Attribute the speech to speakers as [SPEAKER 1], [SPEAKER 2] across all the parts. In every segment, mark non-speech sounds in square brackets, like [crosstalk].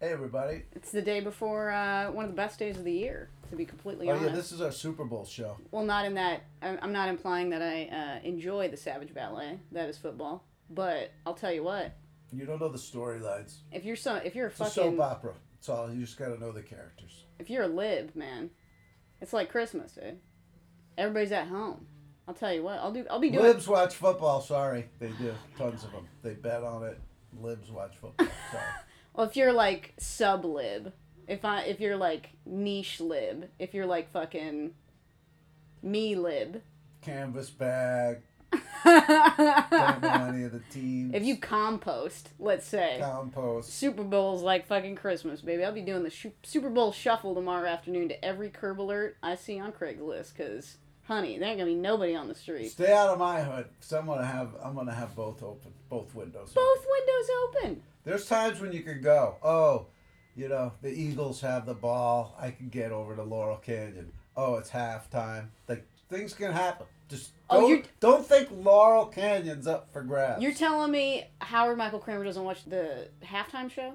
[SPEAKER 1] Hey everybody! Oh,
[SPEAKER 2] It's the day before uh, one of the best days of the year, to be completely
[SPEAKER 1] Oh
[SPEAKER 2] honest.
[SPEAKER 1] yeah, this is our Super Bowl show.
[SPEAKER 2] well, not in that. I'm I'm not implying that I uh, enjoy the Savage Ballet. That is football. But I'll tell you what.
[SPEAKER 1] You don't know the storylines.
[SPEAKER 2] If you're so, if you're a
[SPEAKER 1] It's a
[SPEAKER 2] fucking,
[SPEAKER 1] soap opera. It's all. You just gotta know the characters.
[SPEAKER 2] if you're a lib, man, it's like Christmas, dude. Everybody's at home. I'll tell you what. I'll do. I'll be doing.
[SPEAKER 1] Libs watch football. Sorry, they do tons of them. They bet on it. Libs watch football. Sorry.
[SPEAKER 2] [laughs] Well, if you're like sub lib, if I if you're like niche lib, if you're like fucking me lib,
[SPEAKER 1] Canvas bag. Don't know
[SPEAKER 2] if
[SPEAKER 1] any of the
[SPEAKER 2] [laughs]
[SPEAKER 1] teams.
[SPEAKER 2] you compost, let's say
[SPEAKER 1] compost.
[SPEAKER 2] Super Bowl's like fucking Christmas, baby. I'll be doing the shu- Super Bowl shuffle tomorrow afternoon to every curb alert I see on Craigslist, cause honey, there ain't gonna be nobody on the street.
[SPEAKER 1] Stay out of my hood, cause I'm gonna have I'm gonna have both open, both windows. open.
[SPEAKER 2] Both windows open.
[SPEAKER 1] There's times when you could go, oh, you know, the Eagles have the ball. I can get over to Laurel Canyon. Oh, it's halftime. Like things can happen. Just
[SPEAKER 2] Oh,
[SPEAKER 1] don't,
[SPEAKER 2] you're-
[SPEAKER 1] don't think Laurel Canyon's up for grabs.
[SPEAKER 2] You're telling me Howard Michael Kramer doesn't watch the halftime show?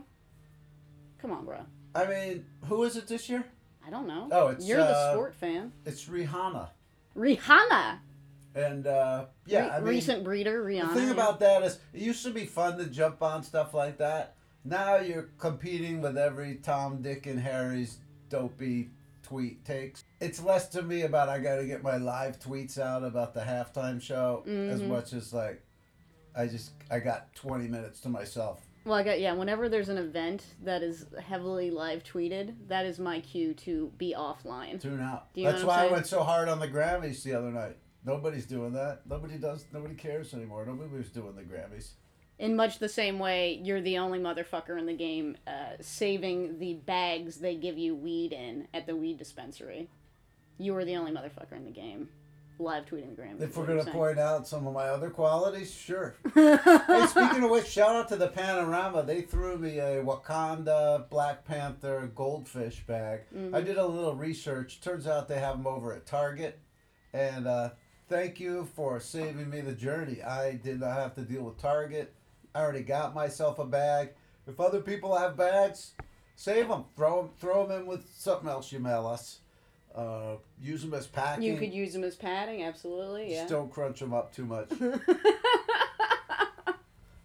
[SPEAKER 2] Come on, bro.
[SPEAKER 1] I mean, who is it this year?
[SPEAKER 2] I don't know.
[SPEAKER 1] Oh, it's,
[SPEAKER 2] you're
[SPEAKER 1] uh,
[SPEAKER 2] the sport fan.
[SPEAKER 1] It's Rihanna.
[SPEAKER 2] Rihanna.
[SPEAKER 1] And uh, yeah,
[SPEAKER 2] Re-
[SPEAKER 1] I mean,
[SPEAKER 2] recent breeder
[SPEAKER 1] the
[SPEAKER 2] Rihanna.
[SPEAKER 1] thing
[SPEAKER 2] yeah.
[SPEAKER 1] about that is, it used to be fun to jump on stuff like that. Now you're competing with every Tom, Dick, and Harry's dopey tweet takes. It's less to me about I got to get my live tweets out about the halftime show as
[SPEAKER 2] Mhm.
[SPEAKER 1] much as like I just I got 20 minutes to myself.
[SPEAKER 2] well, I got yeah. Whenever there's an event that is heavily live tweeted, that is my cue to be offline.
[SPEAKER 1] Tune out.
[SPEAKER 2] Do you know
[SPEAKER 1] That's
[SPEAKER 2] what I'm
[SPEAKER 1] why I
[SPEAKER 2] saying?
[SPEAKER 1] went so hard on the Grammys the other night. Nobody's doing that. Nobody does. Nobody cares anymore. Nobody was doing the Grammys.
[SPEAKER 2] In much the same way, you're the only motherfucker in the game uh, saving the bags they give you weed in at the weed dispensary. You are the only motherfucker in the game live tweeting the Grammys.
[SPEAKER 1] If we're
[SPEAKER 2] is what
[SPEAKER 1] gonna
[SPEAKER 2] I'm saying.
[SPEAKER 1] point out some of my other qualities,
[SPEAKER 2] [laughs]
[SPEAKER 1] sure. hey, speaking of which, shout out to the Panorama. They threw me a Wakanda, Black Panther, goldfish bag.
[SPEAKER 2] Mm-hmm.
[SPEAKER 1] I did a little research. Turns out they have them over at Target. And uh, thank you for saving me the journey. I did not have to deal with Target. I already got myself a bag. If other people have bags, save them. Throw them, throw 'em in with something else you mail us. Uh, use them as packing.
[SPEAKER 2] you could use them as padding, absolutely. Yeah.
[SPEAKER 1] Just don't crunch them up too much.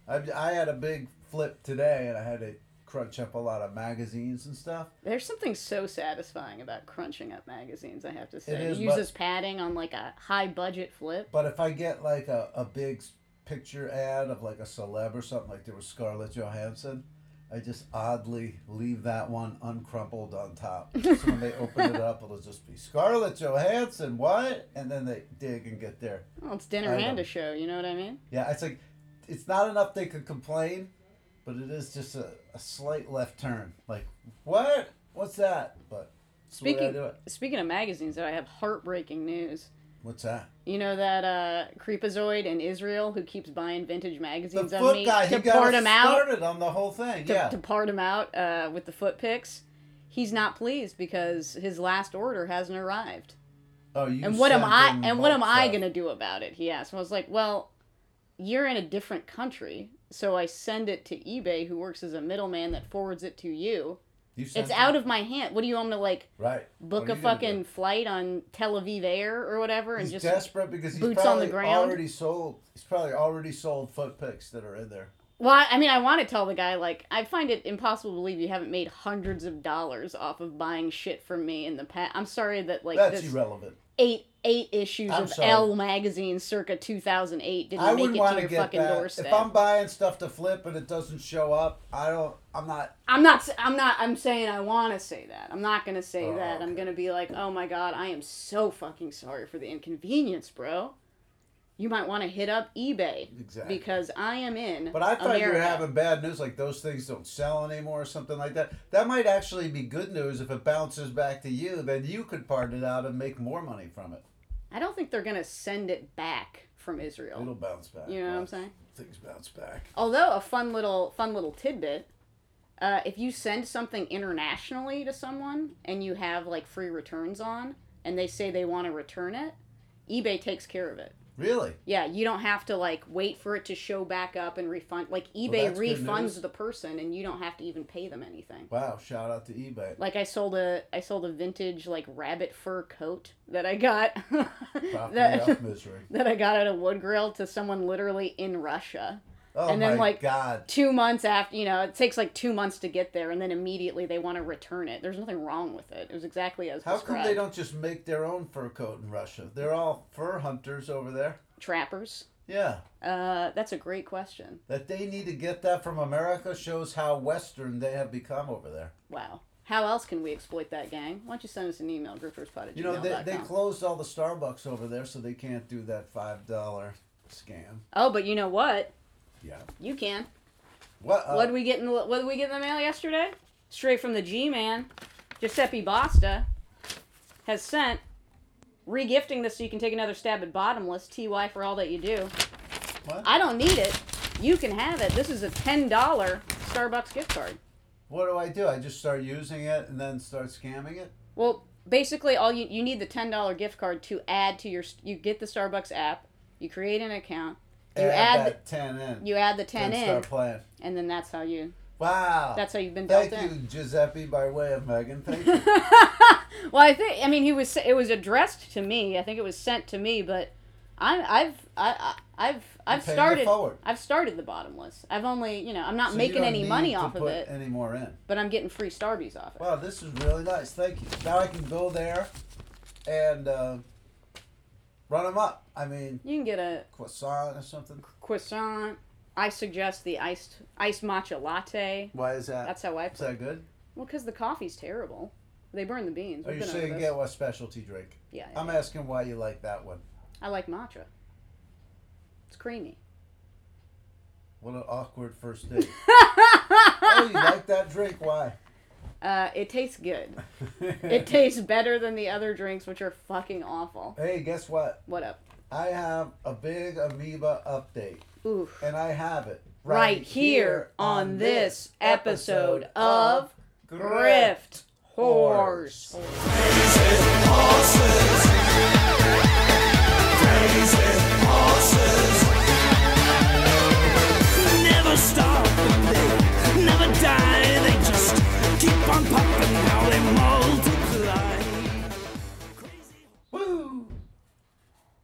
[SPEAKER 1] I, I had a big flip today, and I had to crunch up a lot of magazines and stuff.
[SPEAKER 2] There's something so satisfying about crunching up magazines, I have to say.
[SPEAKER 1] It is,
[SPEAKER 2] it
[SPEAKER 1] but-
[SPEAKER 2] uses padding on like a high budget flip.
[SPEAKER 1] But if I get like a, a big s- picture ad of like a celeb or something, like there was Scarlett Johansson, I just oddly leave that one uncrumpled on top. So when they open it up, it'll just be Scarlett Johansson, what? And then they dig and get there.
[SPEAKER 2] Well, it's dinner
[SPEAKER 1] I
[SPEAKER 2] and
[SPEAKER 1] know.
[SPEAKER 2] a show, you know what I mean?
[SPEAKER 1] Yeah, it's like it's not enough they could complain, but it is just a, a slight left turn. Like, what? What's that? But it's the way I
[SPEAKER 2] Speaking
[SPEAKER 1] do it.
[SPEAKER 2] speaking of magazines, though, I have heartbreaking news.
[SPEAKER 1] What's that?
[SPEAKER 2] You know that uh, creepazoid in Israel who keeps buying vintage
[SPEAKER 1] The
[SPEAKER 2] magazines of
[SPEAKER 1] foot
[SPEAKER 2] me
[SPEAKER 1] guy, he
[SPEAKER 2] to
[SPEAKER 1] got
[SPEAKER 2] part
[SPEAKER 1] us
[SPEAKER 2] him out,
[SPEAKER 1] started on the whole thing.
[SPEAKER 2] to,
[SPEAKER 1] yeah,
[SPEAKER 2] to part him out uh, with the foot picks. He's not pleased because his last order hasn't arrived.
[SPEAKER 1] Oh, you
[SPEAKER 2] and what am
[SPEAKER 1] sent
[SPEAKER 2] I?
[SPEAKER 1] them
[SPEAKER 2] And what am
[SPEAKER 1] bulk
[SPEAKER 2] I
[SPEAKER 1] stuff.
[SPEAKER 2] gonna do about it? He asked. And I was like, well, you're in a different country, so I send it to eBay, who works as a middleman that forwards it to you.
[SPEAKER 1] You sent
[SPEAKER 2] It's
[SPEAKER 1] them?
[SPEAKER 2] out of my hand. What do you want me to like?
[SPEAKER 1] Right.
[SPEAKER 2] book
[SPEAKER 1] What are
[SPEAKER 2] a
[SPEAKER 1] you gonna do?
[SPEAKER 2] fucking flight on Tel Aviv Air or whatever and
[SPEAKER 1] He's
[SPEAKER 2] just
[SPEAKER 1] desperate because he's
[SPEAKER 2] boots on
[SPEAKER 1] probably
[SPEAKER 2] the ground.
[SPEAKER 1] already sold. He's probably already sold foot picks that are in there.
[SPEAKER 2] well I mean I want to tell the guy like I find it impossible to believe you haven't made hundreds of dollars off of buying shit from me in the past I'm sorry that like
[SPEAKER 1] That's
[SPEAKER 2] this
[SPEAKER 1] irrelevant.
[SPEAKER 2] eight eight issues
[SPEAKER 1] I'm
[SPEAKER 2] of
[SPEAKER 1] sorry.
[SPEAKER 2] L magazine circa 2008 didn't
[SPEAKER 1] I
[SPEAKER 2] make it
[SPEAKER 1] wouldn't want
[SPEAKER 2] to
[SPEAKER 1] to
[SPEAKER 2] your
[SPEAKER 1] get
[SPEAKER 2] fucking
[SPEAKER 1] that.
[SPEAKER 2] doorstep
[SPEAKER 1] If I'm buying stuff to flip and it doesn't show up, I don't. I'm not
[SPEAKER 2] I'm not. s- I'm not. I'm saying I want to say that. I'm not gonna say
[SPEAKER 1] Oh,
[SPEAKER 2] that. I'm
[SPEAKER 1] okay.
[SPEAKER 2] gonna be like, oh my god, I am so fucking sorry for the inconvenience, bro. You might want to hit up eBay
[SPEAKER 1] Exactly.
[SPEAKER 2] because I am in.
[SPEAKER 1] But I thought
[SPEAKER 2] America.
[SPEAKER 1] you were having bad news, like those things don't sell anymore or something like that. That might actually be good news if it bounces back to you. Then you could part it out and make more money from it.
[SPEAKER 2] I don't think they're gonna send it back from Israel.
[SPEAKER 1] It'll bounce back.
[SPEAKER 2] You know what I'm
[SPEAKER 1] Lots of
[SPEAKER 2] saying?
[SPEAKER 1] Things bounce back.
[SPEAKER 2] Although a fun little fun little tidbit, uh, if you send something internationally to someone and you have like free returns on, and they say they want to return it, eBay takes care of it.
[SPEAKER 1] Really?
[SPEAKER 2] Yeah, you don't have to like wait for it to show back up and refund. Like eBay
[SPEAKER 1] that's good news.
[SPEAKER 2] refunds the person, and you don't have to even pay them anything.
[SPEAKER 1] Wow! Shout out to eBay.
[SPEAKER 2] Like I sold a I sold a vintage like rabbit fur coat that I got [laughs]
[SPEAKER 1] Profit
[SPEAKER 2] that
[SPEAKER 1] off misery.
[SPEAKER 2] [laughs] that I got at a wood grill to someone literally in Russia.
[SPEAKER 1] Oh
[SPEAKER 2] And then,
[SPEAKER 1] my
[SPEAKER 2] like,
[SPEAKER 1] God!
[SPEAKER 2] Two months after, you know, it takes like two months to get there, and then immediately they want to return it. There's nothing wrong with it. It was exactly as
[SPEAKER 1] How come
[SPEAKER 2] described.
[SPEAKER 1] they don't just make their own fur coat in Russia? They're all fur hunters over there.
[SPEAKER 2] Trappers.
[SPEAKER 1] Yeah,
[SPEAKER 2] Uh, that's a great question.
[SPEAKER 1] that they need to get that from America shows how Western they have become over there.
[SPEAKER 2] Wow. How else can we exploit that, gang? Why don't you send us an email, grifferspot at
[SPEAKER 1] You know, they, they
[SPEAKER 2] gmail.com.
[SPEAKER 1] closed all the Starbucks over there, so they can't do that five dollar scam.
[SPEAKER 2] Oh, but you know what?
[SPEAKER 1] Yeah.
[SPEAKER 2] You can.
[SPEAKER 1] What? Uh,
[SPEAKER 2] what did we get in the What did we get in the mail yesterday? Straight from the G-man, Giuseppe Basta has sent regifting this so you can take another stab at bottomless. Ty for all that you do.
[SPEAKER 1] what?
[SPEAKER 2] I don't need it. You can have it. This is a ten dollar Starbucks gift card.
[SPEAKER 1] What do I do? I just start using it and then start scamming it.
[SPEAKER 2] Well, basically, all you you need the ten dollar gift card to add to your. You get the Starbucks app. You create an account. You add, the-
[SPEAKER 1] that ten in.
[SPEAKER 2] you add the ten
[SPEAKER 1] and
[SPEAKER 2] in,
[SPEAKER 1] start playing.
[SPEAKER 2] and then that's how you.
[SPEAKER 1] Wow.
[SPEAKER 2] That's how you've been dealt
[SPEAKER 1] Thank
[SPEAKER 2] in.
[SPEAKER 1] you, Giuseppe, by way of Megan. Thank
[SPEAKER 2] [laughs]
[SPEAKER 1] you.
[SPEAKER 2] Well, I think I mean he was. It was addressed to me. I think it was sent to me, but I'm I've I, I, I've I've
[SPEAKER 1] paying it
[SPEAKER 2] started.
[SPEAKER 1] forward.
[SPEAKER 2] I've started the bottomless. I've only you know I'm not
[SPEAKER 1] So you
[SPEAKER 2] making
[SPEAKER 1] don't
[SPEAKER 2] any
[SPEAKER 1] need
[SPEAKER 2] money
[SPEAKER 1] to
[SPEAKER 2] off of
[SPEAKER 1] put
[SPEAKER 2] it,
[SPEAKER 1] Any more in?
[SPEAKER 2] but I'm getting free Starbies off it.
[SPEAKER 1] Wow, this is really nice. Thank you. Now I can go there and uh, run them up. I mean,
[SPEAKER 2] you can get a
[SPEAKER 1] croissant or something.
[SPEAKER 2] croissant. I suggest the iced iced matcha latte.
[SPEAKER 1] Why is that?
[SPEAKER 2] That's how I
[SPEAKER 1] is
[SPEAKER 2] play.
[SPEAKER 1] that good?
[SPEAKER 2] Well, because the coffee's terrible. They burn the beans.
[SPEAKER 1] Are you
[SPEAKER 2] We've been over
[SPEAKER 1] saying
[SPEAKER 2] this.
[SPEAKER 1] get a specialty drink?
[SPEAKER 2] Yeah, yeah,
[SPEAKER 1] I'm
[SPEAKER 2] yeah.
[SPEAKER 1] asking why you like that one.
[SPEAKER 2] I like matcha. It's creamy.
[SPEAKER 1] What an awkward first
[SPEAKER 2] [laughs]
[SPEAKER 1] date. oh, you like that drink? Why?
[SPEAKER 2] Uh, it tastes good. It tastes better than the other drinks, which are fucking awful.
[SPEAKER 1] [laughs] hey, guess what?
[SPEAKER 2] What up?
[SPEAKER 1] I have a big amoeba update,
[SPEAKER 2] Ooh.
[SPEAKER 1] and I have it
[SPEAKER 2] Right here on this episode of Grift Horse.
[SPEAKER 3] Never stop, they never die, they just keep on popping, how they multiply.
[SPEAKER 1] Woo!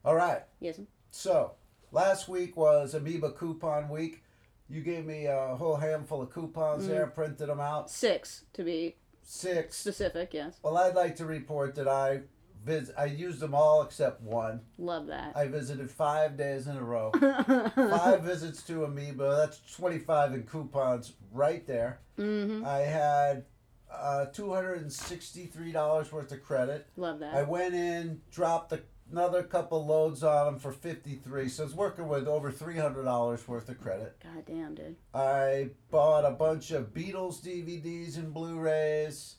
[SPEAKER 1] All right.
[SPEAKER 2] Yes.
[SPEAKER 1] So last week was amoeba coupon week. You gave me a whole handful of
[SPEAKER 2] Mm.
[SPEAKER 1] coupons there, printed them out.
[SPEAKER 2] Six, to be
[SPEAKER 1] Six.
[SPEAKER 2] specific. Yes.
[SPEAKER 1] Well, I'd like to report that I vis- I used them all except one.
[SPEAKER 2] Love that.
[SPEAKER 1] I visited five days in a row. five visits to Amoeba. That's 25 in coupons right there. Mm-hmm. I had uh, $263 worth of credit.
[SPEAKER 2] Love
[SPEAKER 1] I
[SPEAKER 2] that.
[SPEAKER 1] went in, dropped a, another couple loads on them for 53 So I was working with over $300 worth of credit.
[SPEAKER 2] God damn, dude.
[SPEAKER 1] I bought a bunch of Beatles DVDs and Blu-rays,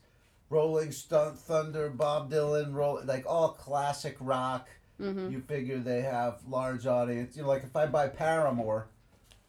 [SPEAKER 1] Rolling Stone, Thunder, Bob Dylan, roll, like all classic rock.
[SPEAKER 2] Mm-hmm.
[SPEAKER 1] You figure they have large audience. You know, like if I buy Paramore,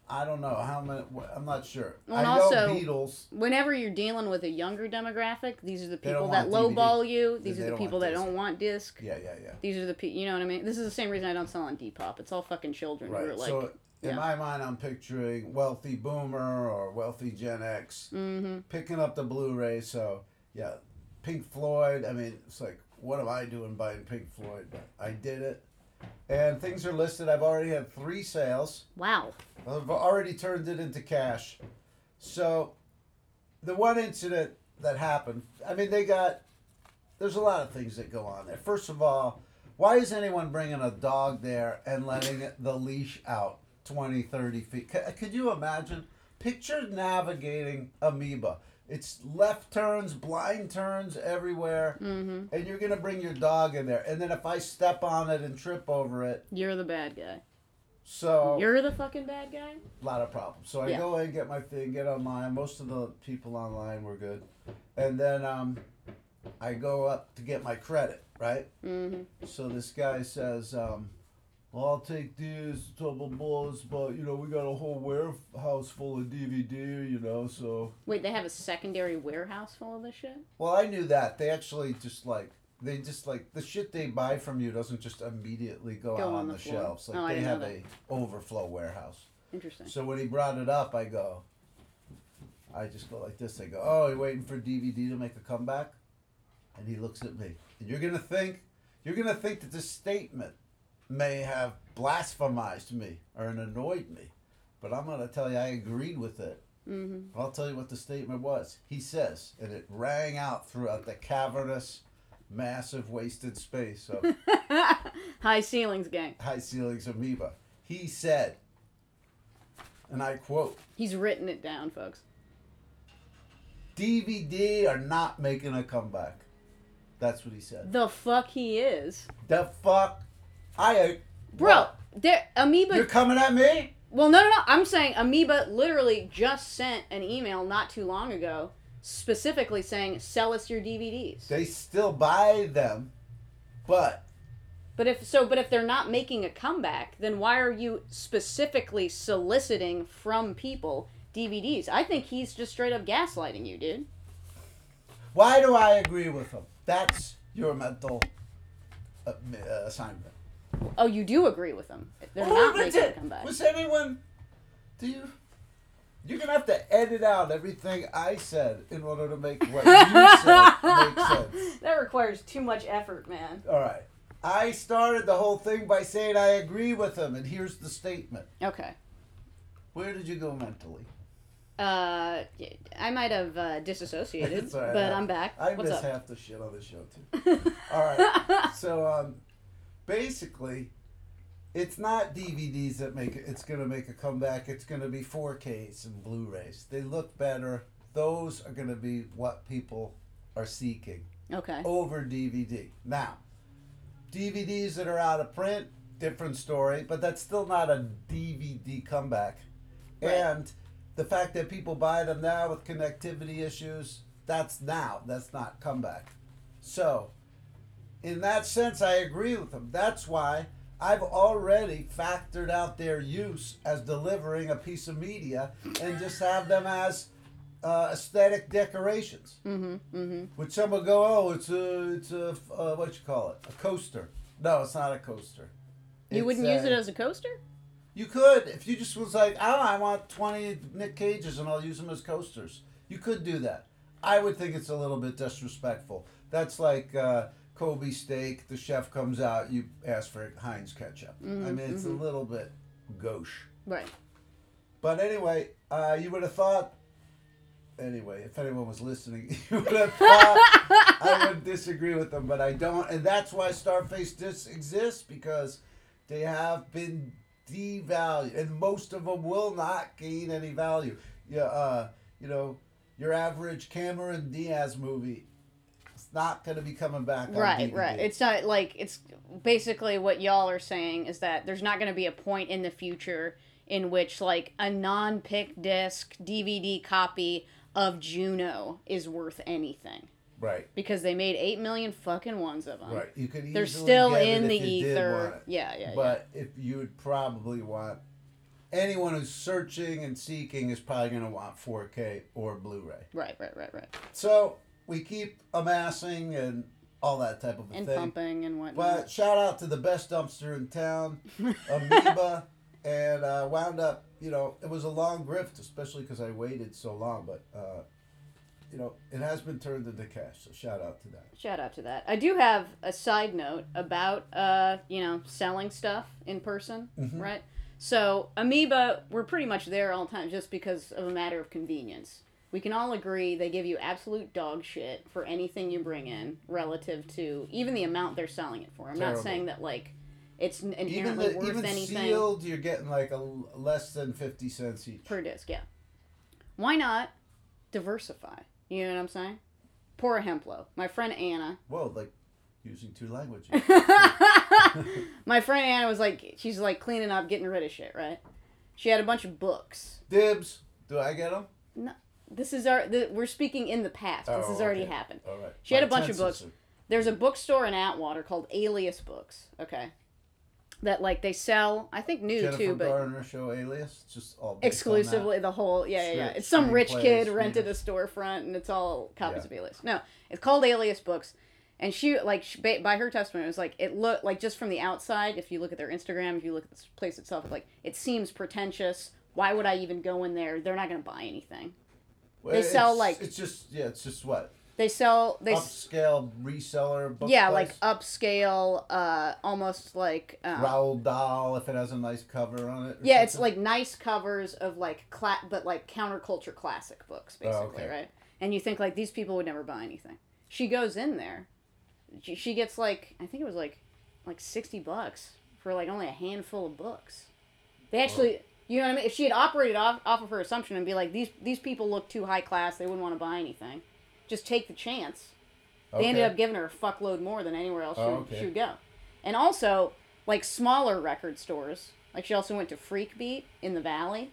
[SPEAKER 1] I don't know how many. wh- I'm not sure.
[SPEAKER 2] Well, and
[SPEAKER 1] I know
[SPEAKER 2] also-
[SPEAKER 1] Beatles.
[SPEAKER 2] Whenever you're dealing with a younger demographic, these are the
[SPEAKER 1] don't
[SPEAKER 2] people that
[SPEAKER 1] want DVD.
[SPEAKER 2] lowball you. These
[SPEAKER 1] They
[SPEAKER 2] are the
[SPEAKER 1] don't
[SPEAKER 2] people
[SPEAKER 1] want
[SPEAKER 2] that
[SPEAKER 1] disc.
[SPEAKER 2] don't want disc.
[SPEAKER 1] Yeah, yeah, yeah.
[SPEAKER 2] These are the people, you know what I mean? This is the same reason I don't sell on Depop. It's all fucking children who are
[SPEAKER 1] Right.
[SPEAKER 2] like,
[SPEAKER 1] so in
[SPEAKER 2] yeah.
[SPEAKER 1] my mind, I'm picturing wealthy boomer or wealthy Gen X
[SPEAKER 2] Mm-hmm.
[SPEAKER 1] picking up the Blu-ray. So yeah, Pink Floyd. I mean, it's like, what am I doing buying Pink Floyd? But I did it, and things are listed. I've already had three sales.
[SPEAKER 2] wow.
[SPEAKER 1] I've already turned it into cash. So the one incident that happened. I mean, they got. There's a lot of things that go on there. First of all, why is anyone bringing a dog there and letting it- the leash out 20, 30 feet? C- could you imagine? Picture navigating amoeba. It's left turns, blind turns everywhere, and you're gonna bring your dog in there. And then if I step on it and trip over it,
[SPEAKER 2] You're the bad guy.
[SPEAKER 1] so
[SPEAKER 2] You're the fucking bad guy?
[SPEAKER 1] lot of problems. So I
[SPEAKER 2] Yeah.
[SPEAKER 1] go in, get my thing, get online. Most of the people online were good, and then um, I go up to get my credit, right? Mm-hmm. So this guy says, um, "Well, I'll take these double balls, but you know we got a whole warehouse full of DVD, you know, so."
[SPEAKER 2] Wait, they have a secondary warehouse full of this shit?
[SPEAKER 1] Well, I knew that they actually just like they just like the shit they buy from you doesn't just immediately go, out on, the,
[SPEAKER 2] floor.
[SPEAKER 1] shelves. Like
[SPEAKER 2] Oh, I
[SPEAKER 1] they
[SPEAKER 2] didn't
[SPEAKER 1] have
[SPEAKER 2] know
[SPEAKER 1] a overflow warehouse.
[SPEAKER 2] Interesting.
[SPEAKER 1] So when he brought it up, I go, I just go like this. I go, oh, you're waiting for DVD to make a comeback, and he looks at me, and you're gonna think, you're gonna think that this statement may have blasphemized me or annoyed me, but I'm gonna tell you I agreed with it. Mm-hmm. I'll tell you what the statement was. He says, and it rang out throughout the cavernous, massive, wasted space of
[SPEAKER 2] High ceilings, gang.
[SPEAKER 1] high ceilings amoeba. He said, and I quote.
[SPEAKER 2] He's written it down, folks.
[SPEAKER 1] DVD are not making a comeback. That's what he said.
[SPEAKER 2] The fuck he is,
[SPEAKER 1] The fuck? I.
[SPEAKER 2] bro. There, amoeba.
[SPEAKER 1] You're coming at me?
[SPEAKER 2] Well, no, no, no. I'm saying Amoeba literally just sent an email not too long ago, specifically saying, "Sell us your DVDs."
[SPEAKER 1] They still buy them, but
[SPEAKER 2] But if so, but if they're not making a comeback, then why are you specifically soliciting from people DVDs? I think he's just straight up gaslighting you, dude.
[SPEAKER 1] why do I agree with him? That's your mental uh, m- uh, assignment.
[SPEAKER 2] Oh, you do agree with him. They're
[SPEAKER 1] Oh,
[SPEAKER 2] not
[SPEAKER 1] that's
[SPEAKER 2] making a
[SPEAKER 1] it.
[SPEAKER 2] comeback.
[SPEAKER 1] Was anyone. Do you. You're going to have to edit out everything I said in order to make what you said
[SPEAKER 2] [laughs]
[SPEAKER 1] make sense.
[SPEAKER 2] That requires too much effort, man.
[SPEAKER 1] All right. I started the whole thing by saying I agree with him, and here's the statement.
[SPEAKER 2] Okay.
[SPEAKER 1] Where did you go mentally?
[SPEAKER 2] Uh, I might have
[SPEAKER 1] [laughs]
[SPEAKER 2] uh, disassociated,
[SPEAKER 1] It's all right.
[SPEAKER 2] but I'm back.
[SPEAKER 1] I
[SPEAKER 2] What's
[SPEAKER 1] miss
[SPEAKER 2] up?
[SPEAKER 1] half the shit on the show
[SPEAKER 2] [laughs]
[SPEAKER 1] too. all right. So um, basically, it's not DVDs that make it. It's gonna make a comeback. It's gonna be 4Ks and Blu-rays. They look better. Those are gonna be what people are seeking
[SPEAKER 2] Okay.
[SPEAKER 1] over DVD. Now, DVDs that are out of print, different story, but that's still not a DVD comeback.
[SPEAKER 2] Right.
[SPEAKER 1] And the fact that people buy them now with connectivity issues, that's now, that's not comeback. So, in that sense, I agree with them. That's why I've already factored out their use as delivering a piece of media and just have them as uh, aesthetic decorations. Mm-hmm, mm-hmm. Which some will go, oh, it's a, it's a, uh, what you call it, a coaster. No, it's not a coaster.
[SPEAKER 2] You
[SPEAKER 1] It's uh,
[SPEAKER 2] wouldn't use
[SPEAKER 1] a-
[SPEAKER 2] it as a coaster?
[SPEAKER 1] you could if you just was like, oh, I want twenty Nick Cages and I'll use them as coasters. You could do that. I would think it's a little bit disrespectful. That's like uh, Kobe steak. The chef comes out. You ask for Heinz ketchup. I
[SPEAKER 2] Mm-hmm,
[SPEAKER 1] mean, it's a little bit gauche.
[SPEAKER 2] Right.
[SPEAKER 1] But anyway, uh, you would have thought. Anyway, if anyone was listening, [laughs] you would have thought
[SPEAKER 2] [laughs]
[SPEAKER 1] I would disagree with them, but I don't, and that's why Starface Dis exists because they have been devalued, and most of them will not gain any value. Yeah, uh, you know, your average Cameron Diaz movie, it's not going to be coming back. on
[SPEAKER 2] Right,
[SPEAKER 1] DVD.
[SPEAKER 2] right. It's not like it's basically what y'all are saying is that there's not going to be a point in the future in which like a non-pick disc DVD copy of Juno is worth anything
[SPEAKER 1] right,
[SPEAKER 2] because they made 8 million fucking ones of them.
[SPEAKER 1] right. You could
[SPEAKER 2] They're
[SPEAKER 1] easily
[SPEAKER 2] still
[SPEAKER 1] get it
[SPEAKER 2] in
[SPEAKER 1] if
[SPEAKER 2] the
[SPEAKER 1] you did want
[SPEAKER 2] ether.
[SPEAKER 1] it.
[SPEAKER 2] Yeah, yeah, yeah.
[SPEAKER 1] But if you would probably want anyone who's searching and seeking is probably going to want 4K or Blu-ray.
[SPEAKER 2] Right, right, right, right.
[SPEAKER 1] So we keep amassing and all that type of a
[SPEAKER 2] And
[SPEAKER 1] thing.
[SPEAKER 2] pumping and whatnot.
[SPEAKER 1] But shout out to the best dumpster in
[SPEAKER 2] [laughs]
[SPEAKER 1] town, Amoeba, and uh, wound up. You know, it was a long grift, especially because I waited so long. But uh, you know, it has been turned into cash. So shout out to that.
[SPEAKER 2] Shout out to that. I do have a side note about uh, you know, selling stuff in person,
[SPEAKER 1] Mm-hmm.
[SPEAKER 2] right? So amoeba, we're pretty much there all the time just because of a matter of convenience. We can all agree they give you absolute dog shit for anything you bring in relative to even the amount they're selling it for. I'm
[SPEAKER 1] Terrible.
[SPEAKER 2] not saying that like it's n-
[SPEAKER 1] Even
[SPEAKER 2] inherently
[SPEAKER 1] the,
[SPEAKER 2] worth
[SPEAKER 1] even
[SPEAKER 2] anything
[SPEAKER 1] sealed, you're getting like a l- less than fifty cents each.
[SPEAKER 2] per disc, yeah. Why not diversify? You know what I'm saying? Poor Hemplo. My friend Anna,
[SPEAKER 1] Whoa, like using two languages.
[SPEAKER 2] [laughs] My friend Anna was like, she's like cleaning up, getting rid of shit, right? She had a bunch of books.
[SPEAKER 1] Dibs. Do I get them?
[SPEAKER 2] No, this is our. Th- we're speaking in the past. This
[SPEAKER 1] Oh,
[SPEAKER 2] has already
[SPEAKER 1] okay.
[SPEAKER 2] happened.
[SPEAKER 1] All right.
[SPEAKER 2] She had
[SPEAKER 1] My
[SPEAKER 2] a bunch of
[SPEAKER 1] tenses
[SPEAKER 2] books. There's a bookstore in Atwater called Alias Books. Okay, that like they sell. I think new
[SPEAKER 1] are- Jennifer
[SPEAKER 2] too, but
[SPEAKER 1] Garner show alias. It's just all based on
[SPEAKER 2] exclusively the whole yeah yeah, yeah.
[SPEAKER 1] Script,
[SPEAKER 2] it's some rich
[SPEAKER 1] screenplays,
[SPEAKER 2] kid rented a
[SPEAKER 1] readers.
[SPEAKER 2] storefront and it's all copies
[SPEAKER 1] Yeah.
[SPEAKER 2] of alias no it's called alias books And she like she, ba- by her testimony it was like it looked like just from the outside. If you look at their Instagram, if you look at the place itself, it's like it seems pretentious. Why would I even go in there? They're not going to buy anything.
[SPEAKER 1] Well,
[SPEAKER 2] They
[SPEAKER 1] it's-
[SPEAKER 2] sell, like-
[SPEAKER 1] it's just yeah, it's just what
[SPEAKER 2] They sell they s-
[SPEAKER 1] upscale reseller book.
[SPEAKER 2] yeah
[SPEAKER 1] place?
[SPEAKER 2] like upscale, uh, almost like um,
[SPEAKER 1] Raoul Dahl if it has a nice cover on it. or
[SPEAKER 2] Yeah, it's
[SPEAKER 1] something.
[SPEAKER 2] like nice covers of like cla- but like counterculture classic books,
[SPEAKER 1] Oh,
[SPEAKER 2] basically,
[SPEAKER 1] okay.
[SPEAKER 2] right? And you think like these people would never buy anything. She goes in there, she, she gets like I think it was like like sixty bucks for like only a handful of books. They actually, you know what I mean? If she had operated off off of her assumption and be like these these people look too high class, they wouldn't want to buy anything. Just take the chance. They ended
[SPEAKER 1] Okay.
[SPEAKER 2] up giving her a fuckload more than anywhere else she,
[SPEAKER 1] Oh,
[SPEAKER 2] would
[SPEAKER 1] okay.
[SPEAKER 2] she would go. And also, like smaller record stores, like she also went to Freak Beat in the Valley,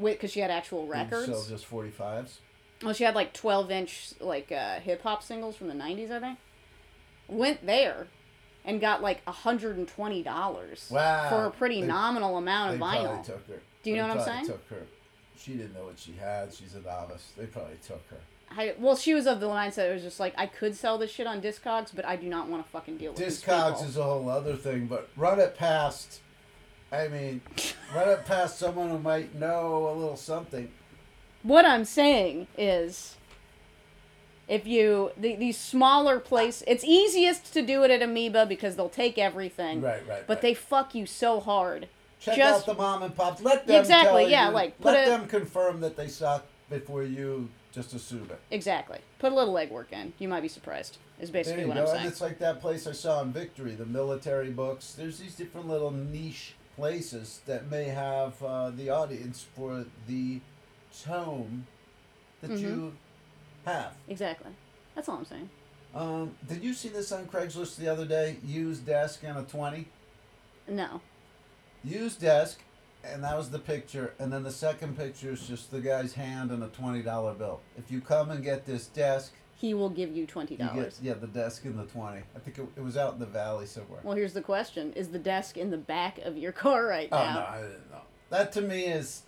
[SPEAKER 2] because she had actual
[SPEAKER 1] They
[SPEAKER 2] records.
[SPEAKER 1] sell Mm, just forty fives.
[SPEAKER 2] Well, she had like twelve inch like uh, hip hop singles from the nineties, I think. Went there, and got like hundred and twenty dollars
[SPEAKER 1] Wow.
[SPEAKER 2] for a pretty
[SPEAKER 1] They-
[SPEAKER 2] nominal amount
[SPEAKER 1] They
[SPEAKER 2] of
[SPEAKER 1] probably
[SPEAKER 2] vinyl.
[SPEAKER 1] took her.
[SPEAKER 2] Do you
[SPEAKER 1] They
[SPEAKER 2] know what I'm
[SPEAKER 1] probably
[SPEAKER 2] saying?
[SPEAKER 1] Took her. She didn't know what she had. She's a novice. They probably took her.
[SPEAKER 2] I, well, she was of the mindset it was just like I could sell this shit on Discogs, but I do not want to fucking deal with these
[SPEAKER 1] Discogs
[SPEAKER 2] people.
[SPEAKER 1] is a whole other thing, but run it past. I mean, run it past someone who might know a little something.
[SPEAKER 2] what I'm saying is if you the, these smaller place it's easiest to do it at amoeba because they'll take everything
[SPEAKER 1] Right, right,
[SPEAKER 2] but
[SPEAKER 1] right.
[SPEAKER 2] they fuck you so hard
[SPEAKER 1] Check
[SPEAKER 2] just
[SPEAKER 1] out the mom and pops. Let them
[SPEAKER 2] Exactly,
[SPEAKER 1] tell
[SPEAKER 2] yeah,
[SPEAKER 1] you-
[SPEAKER 2] like, put
[SPEAKER 1] let
[SPEAKER 2] a-
[SPEAKER 1] them confirm that they suck before you just assume it.
[SPEAKER 2] exactly put a little legwork in you might be surprised is
[SPEAKER 1] There
[SPEAKER 2] basically
[SPEAKER 1] you
[SPEAKER 2] what
[SPEAKER 1] go.
[SPEAKER 2] i'm
[SPEAKER 1] And
[SPEAKER 2] saying
[SPEAKER 1] it's like that place I saw in Victory, the military books. There's these different little niche places that may have uh, the audience for the tome that
[SPEAKER 2] Mm-hmm.
[SPEAKER 1] you have.
[SPEAKER 2] exactly that's all i'm saying
[SPEAKER 1] Um, did you see this on Craigslist the other day? Used desk and a 20?
[SPEAKER 2] no
[SPEAKER 1] Used desk, and that was the picture. And then the second picture is just the guy's hand and a $20 bill. If you come and get this desk,
[SPEAKER 2] he will give you $20
[SPEAKER 1] you get, yeah, the desk and the 20. I think it, it was out in the valley somewhere.
[SPEAKER 2] well here's the question is the desk in the back of your car right
[SPEAKER 1] Oh
[SPEAKER 2] now
[SPEAKER 1] no, I didn't know. That to me is,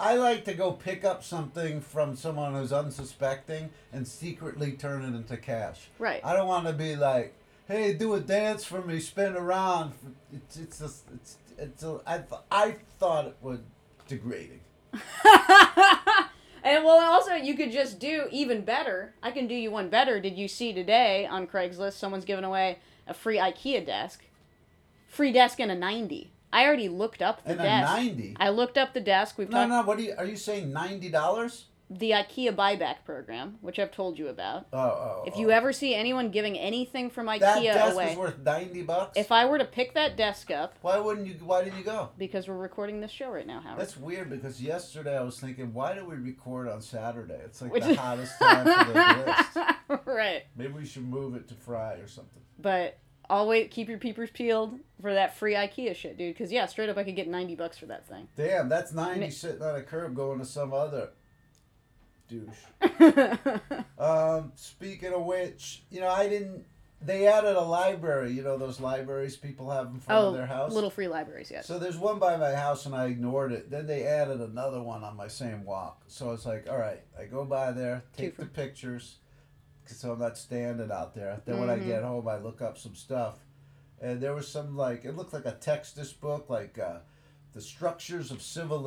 [SPEAKER 1] I like to go pick up something from someone who's unsuspecting and secretly turn it into cash.
[SPEAKER 2] Right.
[SPEAKER 1] I don't want to be like, hey, do a dance for me, spin around. It's it's just, it's it's a, I th- I thought it was degrading.
[SPEAKER 2] And well, also you could just do even better. I can do you one better. Did you see today on Craigslist someone's giving away a free IKEA desk, free desk and a ninety. I already looked up the
[SPEAKER 1] And a
[SPEAKER 2] desk.
[SPEAKER 1] 90?
[SPEAKER 2] I looked up the desk. We've
[SPEAKER 1] No,
[SPEAKER 2] talked
[SPEAKER 1] no. What are you are you saying? Ninety dollars?
[SPEAKER 2] the IKEA buyback program, which I've told you about.
[SPEAKER 1] Oh, oh.
[SPEAKER 2] If
[SPEAKER 1] oh.
[SPEAKER 2] you ever see anyone giving anything from
[SPEAKER 1] that
[SPEAKER 2] IKEA
[SPEAKER 1] desk
[SPEAKER 2] away,
[SPEAKER 1] is worth ninety bucks.
[SPEAKER 2] if I were to pick that desk up
[SPEAKER 1] why wouldn't you? Why did you go?
[SPEAKER 2] because we're recording this show right now, Howard.
[SPEAKER 1] That's weird because yesterday I was thinking, why do we record on Saturday? It's like
[SPEAKER 2] Which
[SPEAKER 1] the
[SPEAKER 2] is-
[SPEAKER 1] hottest time for
[SPEAKER 2] [laughs]
[SPEAKER 1] the list.
[SPEAKER 2] [laughs] right.
[SPEAKER 1] Maybe we should move it to Fry or something.
[SPEAKER 2] But always keep your peepers peeled for that free IKEA shit, dude. Because yeah, straight up, I could get ninety bucks for that thing.
[SPEAKER 1] Damn, that's 90
[SPEAKER 2] Ma-
[SPEAKER 1] sitting on a curb going to some other douche.
[SPEAKER 2] [laughs]
[SPEAKER 1] um, speaking of which, you know, I didn't. They added a library, you know, those libraries people have in front
[SPEAKER 2] Oh,
[SPEAKER 1] of their house.
[SPEAKER 2] little free libraries, yes.
[SPEAKER 1] So there's one by my house and I ignored it. Then they added another one on my same walk. So it's like, all right, I go by there, take
[SPEAKER 2] for-
[SPEAKER 1] the pictures, 'cause so I'm not standing out there. Then when I
[SPEAKER 2] Mm-hmm.
[SPEAKER 1] get home, I look up some stuff, and there was some like it looked like a Texas book, like uh, the structures of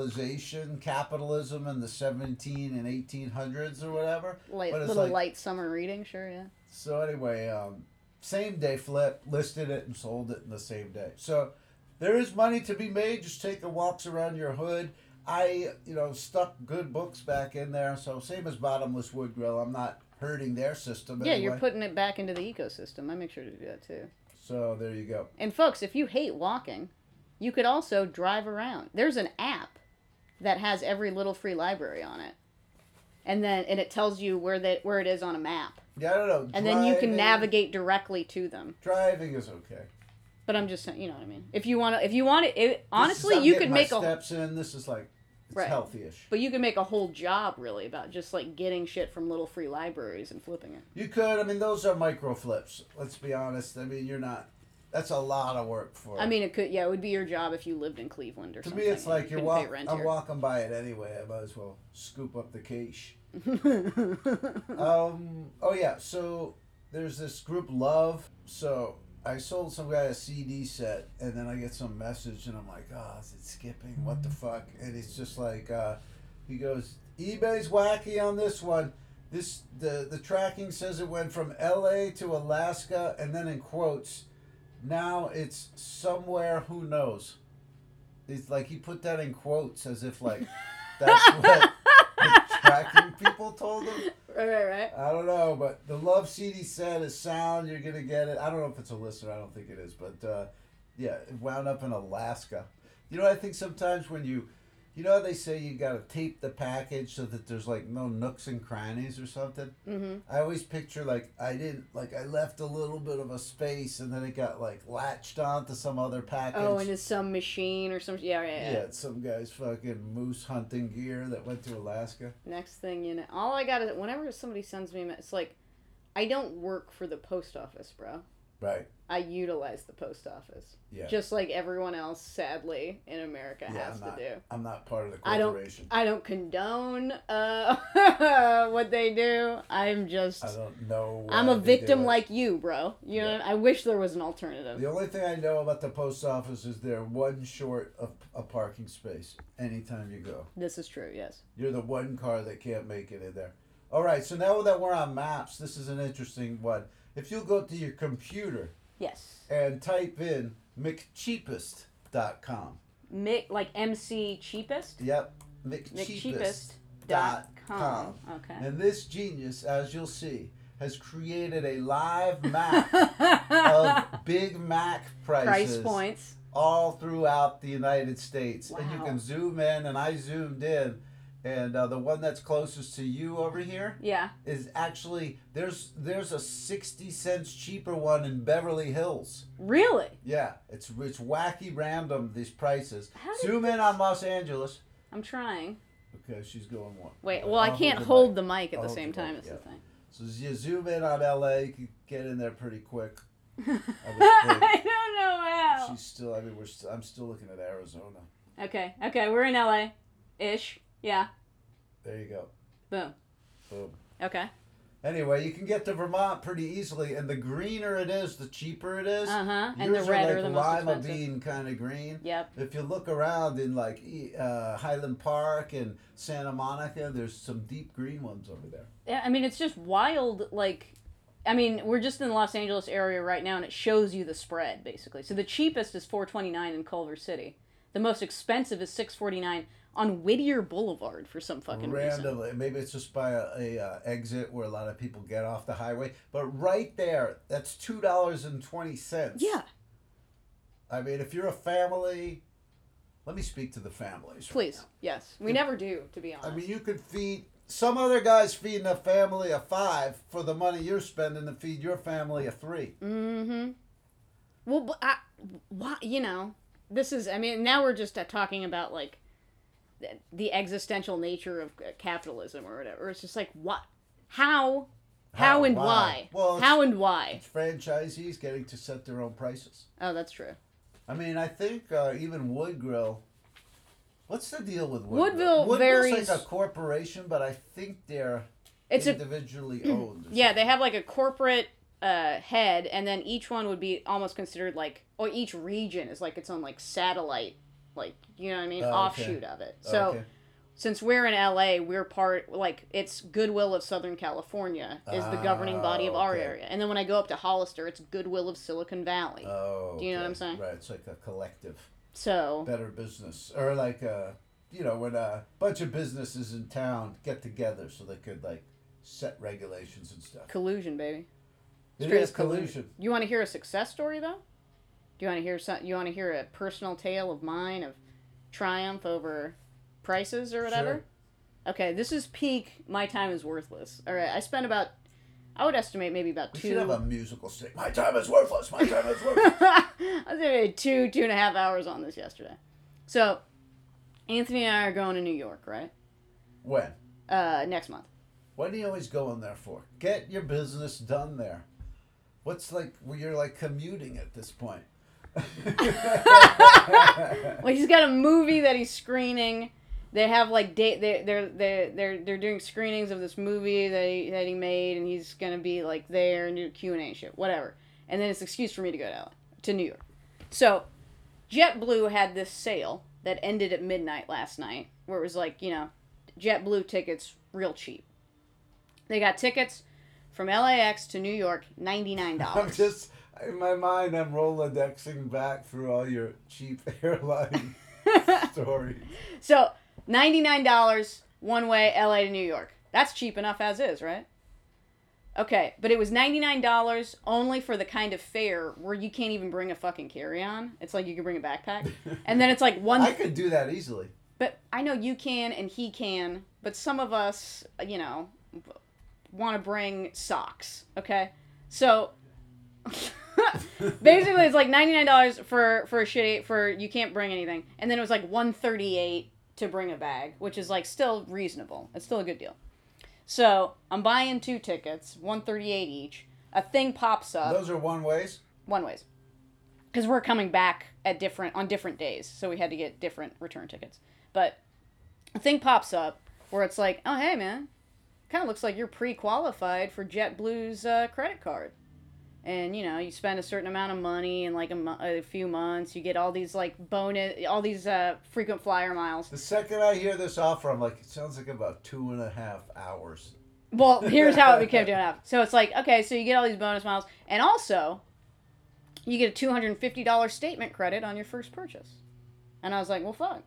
[SPEAKER 1] civilization, capitalism in the 17 and 1800s or whatever.
[SPEAKER 2] Light,
[SPEAKER 1] But it's
[SPEAKER 2] little
[SPEAKER 1] like-
[SPEAKER 2] light summer reading, sure, yeah.
[SPEAKER 1] so anyway, um, same day flip, listed it and sold it in the same day. So there is money to be made. Just take a walks around your hood. I, you know, stuck good books back in there. So same as Bottomless Wood Grill. I'm not hurting their system.
[SPEAKER 2] Yeah,
[SPEAKER 1] anyway.
[SPEAKER 2] you're putting it back into the ecosystem. I make sure to do that too.
[SPEAKER 1] So there you go.
[SPEAKER 2] And folks, if you hate walking, you could also drive around. There's an app that has every little free library on it. And then and it tells you where that where it is on a map.
[SPEAKER 1] Yeah, I don't know.
[SPEAKER 2] And then you can
[SPEAKER 1] driving-
[SPEAKER 2] navigate directly to them.
[SPEAKER 1] Driving is okay.
[SPEAKER 2] But I'm just saying, you know what I mean. If you want to if you want to it,
[SPEAKER 1] This is-
[SPEAKER 2] honestly,
[SPEAKER 1] I'm
[SPEAKER 2] you
[SPEAKER 1] getting
[SPEAKER 2] could
[SPEAKER 1] my
[SPEAKER 2] make a
[SPEAKER 1] steps in. This is like it's
[SPEAKER 2] Right.
[SPEAKER 1] healthy-ish.
[SPEAKER 2] but you could make a whole job really about just like getting shit from little free libraries and flipping it.
[SPEAKER 1] You could. I mean, those are micro flips. Let's be honest. I mean, you're not. That's a lot of work for.
[SPEAKER 2] I mean, it could. Yeah, it would be your job if you lived in Cleveland or
[SPEAKER 1] To
[SPEAKER 2] something.
[SPEAKER 1] me, it's
[SPEAKER 2] and
[SPEAKER 1] like
[SPEAKER 2] you
[SPEAKER 1] you're
[SPEAKER 2] couldn't
[SPEAKER 1] walk-
[SPEAKER 2] pay rent
[SPEAKER 1] I'm
[SPEAKER 2] here.
[SPEAKER 1] walking by it anyway. I might as well scoop up the cash. um. Oh yeah. So there's this group Love. So I sold some guy a CD set, and then I get some message, and I'm like, oh, is it skipping? What the fuck? And he's just like, uh, he goes, eBay's wacky on this one. This the the tracking says it went from L.A. to Alaska, and then in quotes, now it's somewhere who knows. It's like he put that in quotes as if like that's what the tracking people told him.
[SPEAKER 2] [laughs] Right, right, right.
[SPEAKER 1] I don't know, but the Love CD set is sound. You're gonna get it. I don't know if it's a listener. I don't think it is, but uh, yeah, it wound up in Alaska. You know, I think sometimes when you, you know, how they say you gotta tape the package so that there's like no nooks and crannies or something.
[SPEAKER 2] Mhm.
[SPEAKER 1] I always picture like I didn't like I left a little bit of a space and then it got like latched onto some other package.
[SPEAKER 2] Oh, and it's some machine or some. Yeah, yeah, yeah.
[SPEAKER 1] yeah, it's some guy's fucking moose hunting gear that went to Alaska.
[SPEAKER 2] Next thing you know, all I got is whenever somebody sends me, a me- it's like, I don't work for the post office, bro.
[SPEAKER 1] Right.
[SPEAKER 2] I utilize the post office,
[SPEAKER 1] Yeah.
[SPEAKER 2] just like everyone else, sadly, in America
[SPEAKER 1] yeah,
[SPEAKER 2] has
[SPEAKER 1] I'm not,
[SPEAKER 2] to do.
[SPEAKER 1] I'm not part of the
[SPEAKER 2] I don't.
[SPEAKER 1] corporation.
[SPEAKER 2] I don't condone uh, [laughs] what they do. I'm just.
[SPEAKER 1] I don't know. why
[SPEAKER 2] I'm a
[SPEAKER 1] they do
[SPEAKER 2] victim
[SPEAKER 1] it.
[SPEAKER 2] like you, bro. You know,
[SPEAKER 1] Yeah.
[SPEAKER 2] I wish there was an alternative.
[SPEAKER 1] The only thing I know about the post office is they're one short of a parking space anytime you go.
[SPEAKER 2] This is true. Yes.
[SPEAKER 1] You're the one car that can't make it in there. All right, so now that we're on maps, this is an interesting one. If you go to your computer
[SPEAKER 2] Yes.
[SPEAKER 1] and type in McCheapest.com.
[SPEAKER 2] Mick, like MC cheapest.
[SPEAKER 1] Yep,
[SPEAKER 2] McCheapest
[SPEAKER 1] dot
[SPEAKER 2] dot com. Okay.
[SPEAKER 1] And this genius, as you'll see, has created a live
[SPEAKER 2] [laughs]
[SPEAKER 1] map of Big Mac
[SPEAKER 2] Price
[SPEAKER 1] prices.
[SPEAKER 2] points.
[SPEAKER 1] all throughout the United States. And you
[SPEAKER 2] Wow.
[SPEAKER 1] can zoom in, and I zoomed in. And uh, the one that's closest to you over here
[SPEAKER 2] Yeah.
[SPEAKER 1] is actually there's there's a sixty cents cheaper one in Beverly Hills.
[SPEAKER 2] Really?
[SPEAKER 1] Yeah, it's it's wacky random these prices.
[SPEAKER 2] How did
[SPEAKER 1] Zoom in on Los Angeles.
[SPEAKER 2] I'm trying.
[SPEAKER 1] Okay, she's going one.
[SPEAKER 2] Wait. Well, I
[SPEAKER 1] I'll
[SPEAKER 2] can't
[SPEAKER 1] the
[SPEAKER 2] hold
[SPEAKER 1] mic.
[SPEAKER 2] the mic at
[SPEAKER 1] I'll
[SPEAKER 2] the
[SPEAKER 1] hold
[SPEAKER 2] same
[SPEAKER 1] the mic,
[SPEAKER 2] time. It's the
[SPEAKER 1] yeah.
[SPEAKER 2] thing.
[SPEAKER 1] So you zoom in on LA, you can get in there pretty
[SPEAKER 2] [laughs]
[SPEAKER 1] quick. I would think.
[SPEAKER 2] I don't know how.
[SPEAKER 1] She's still. I mean, we're. St- I'm still looking at Arizona.
[SPEAKER 2] Okay. Okay. We're in LA, ish. Yeah.
[SPEAKER 1] There you go.
[SPEAKER 2] Boom.
[SPEAKER 1] Boom.
[SPEAKER 2] Okay.
[SPEAKER 1] Anyway, you can get to Vermont pretty easily, and the greener it is, the cheaper it is.
[SPEAKER 2] Uh-huh, and
[SPEAKER 1] Yours
[SPEAKER 2] the redder,
[SPEAKER 1] like
[SPEAKER 2] the most
[SPEAKER 1] lima
[SPEAKER 2] expensive.
[SPEAKER 1] bean kind of green.
[SPEAKER 2] Yep.
[SPEAKER 1] If you look around in like E- uh, Highland Park and Santa Monica, there's some deep green ones over there.
[SPEAKER 2] Yeah, I mean, it's just wild. Like, I mean, we're just in the Los Angeles area right now, and it shows you the spread basically. So the cheapest is four twenty nine in Culver City. The most expensive is six forty nine on Whittier Boulevard for some fucking reason.
[SPEAKER 1] Randomly, maybe it's just by a, a uh, exit where a lot of people get off the highway, but right there, that's two dollars and twenty cents.
[SPEAKER 2] Yeah.
[SPEAKER 1] I mean, if you're a family, let me speak to the families. right
[SPEAKER 2] Please. Yes. We never do, to be honest.
[SPEAKER 1] I mean, you could feed some other guys feeding a family of five for the money you're spending to feed your family of three.
[SPEAKER 2] Mm. Well, but I, why, you know, this is, I mean, now we're just uh, talking about like th- the existential nature of uh, capitalism or whatever. It's just like, what? How? How,
[SPEAKER 1] How?
[SPEAKER 2] and
[SPEAKER 1] Why? Oh,
[SPEAKER 2] why?
[SPEAKER 1] Well, it's-
[SPEAKER 2] how and why?
[SPEAKER 1] Franchisees getting to set their own prices.
[SPEAKER 2] Oh, that's true.
[SPEAKER 1] I mean, I think uh, even Wood Grill. What's the deal with Wood
[SPEAKER 2] Woodville
[SPEAKER 1] Grill? Woodville's
[SPEAKER 2] varies-
[SPEAKER 1] like a corporation, but I think they're
[SPEAKER 2] It's a
[SPEAKER 1] individually owned. or
[SPEAKER 2] yeah.
[SPEAKER 1] something.
[SPEAKER 2] They have like a corporate uh, head, and then each one would be almost considered like, or each region is like its own like satellite, like you know what I mean,
[SPEAKER 1] Oh, okay.
[SPEAKER 2] offshoot of it. So.
[SPEAKER 1] Okay.
[SPEAKER 2] since we're in LA, we're part like it's Goodwill of Southern California is the governing body of
[SPEAKER 1] Ah,
[SPEAKER 2] our
[SPEAKER 1] okay.
[SPEAKER 2] area, and then when I go up to Hollister, it's Goodwill of Silicon Valley.
[SPEAKER 1] Oh,
[SPEAKER 2] Do you know what
[SPEAKER 1] okay.
[SPEAKER 2] I'm saying?
[SPEAKER 1] Right, it's like a collective.
[SPEAKER 2] so
[SPEAKER 1] better business or like uh you know when a bunch of businesses in town get together so they could like set regulations and stuff
[SPEAKER 2] collusion, baby.
[SPEAKER 1] it
[SPEAKER 2] Straight
[SPEAKER 1] is
[SPEAKER 2] up collusion.
[SPEAKER 1] collusion
[SPEAKER 2] You want to hear a success story though? Do you want to hear some? You want to hear a personal tale of mine of triumph over prices or whatever?
[SPEAKER 1] Sure.
[SPEAKER 2] Okay, this is peak. My time is worthless. All right, I spent about, I would estimate maybe about
[SPEAKER 1] we
[SPEAKER 2] two.
[SPEAKER 1] should have a musical stick my time is worthless my time is
[SPEAKER 2] [laughs]
[SPEAKER 1] worthless
[SPEAKER 2] I was maybe two, two and a half hours on this yesterday. So, Anthony and I are going to New York, right?
[SPEAKER 1] when
[SPEAKER 2] Uh, next month.
[SPEAKER 1] what do you always go in there for get your business done there what's like well, you're like commuting at this point
[SPEAKER 2] Well, he's got a movie that he's screening they have like date they they're they they're they're doing screenings of this movie that he, that he made and he's gonna be like there and do Q and A shit whatever and then it's an excuse for me to go to LA, to New York so JetBlue had this sale that ended at midnight last night where it was like you know JetBlue tickets real cheap they got tickets from LAX to New York ninety nine
[SPEAKER 1] [laughs] I'm
[SPEAKER 2] dollars
[SPEAKER 1] just in my mind. I'm rolodexing back through all your cheap [laughs]
[SPEAKER 2] [laughs]
[SPEAKER 1] airline stories.
[SPEAKER 2] so ninety nine dollars one way LA to New York that's cheap enough as is right Okay, but it was $99 only for the kind of fare where you can't even bring a fucking carry-on. It's like you can bring a backpack. And then it's like one
[SPEAKER 1] I could do that easily.
[SPEAKER 2] but I know you can and he can, but some of us, you know, want to bring socks, okay? So [laughs] basically it's like $99 for for a shitty for you can't bring anything. And then it was like 138 to bring a bag, which is like still reasonable. It's still a good deal. So, I'm buying two tickets, 138 each. A thing pops up
[SPEAKER 1] Those are one ways.
[SPEAKER 2] one ways because we're coming back at different on different days so we had to get different return tickets but a thing pops up where it's like oh hey man kind of looks like you're pre-qualified for jetblue's uh, credit card and you know you spend a certain amount of money in like a, mo- a few months you get all these like bonus all these uh, frequent flyer miles
[SPEAKER 1] The second I hear this offer, I'm like, it sounds like about two and a half hours. [laughs]
[SPEAKER 2] Well, here's how it became two and a half. So it's like, okay, so you get all these bonus miles, and also you get a two hundred and fifty dollars statement credit on your first purchase. And I was like, well, fuck,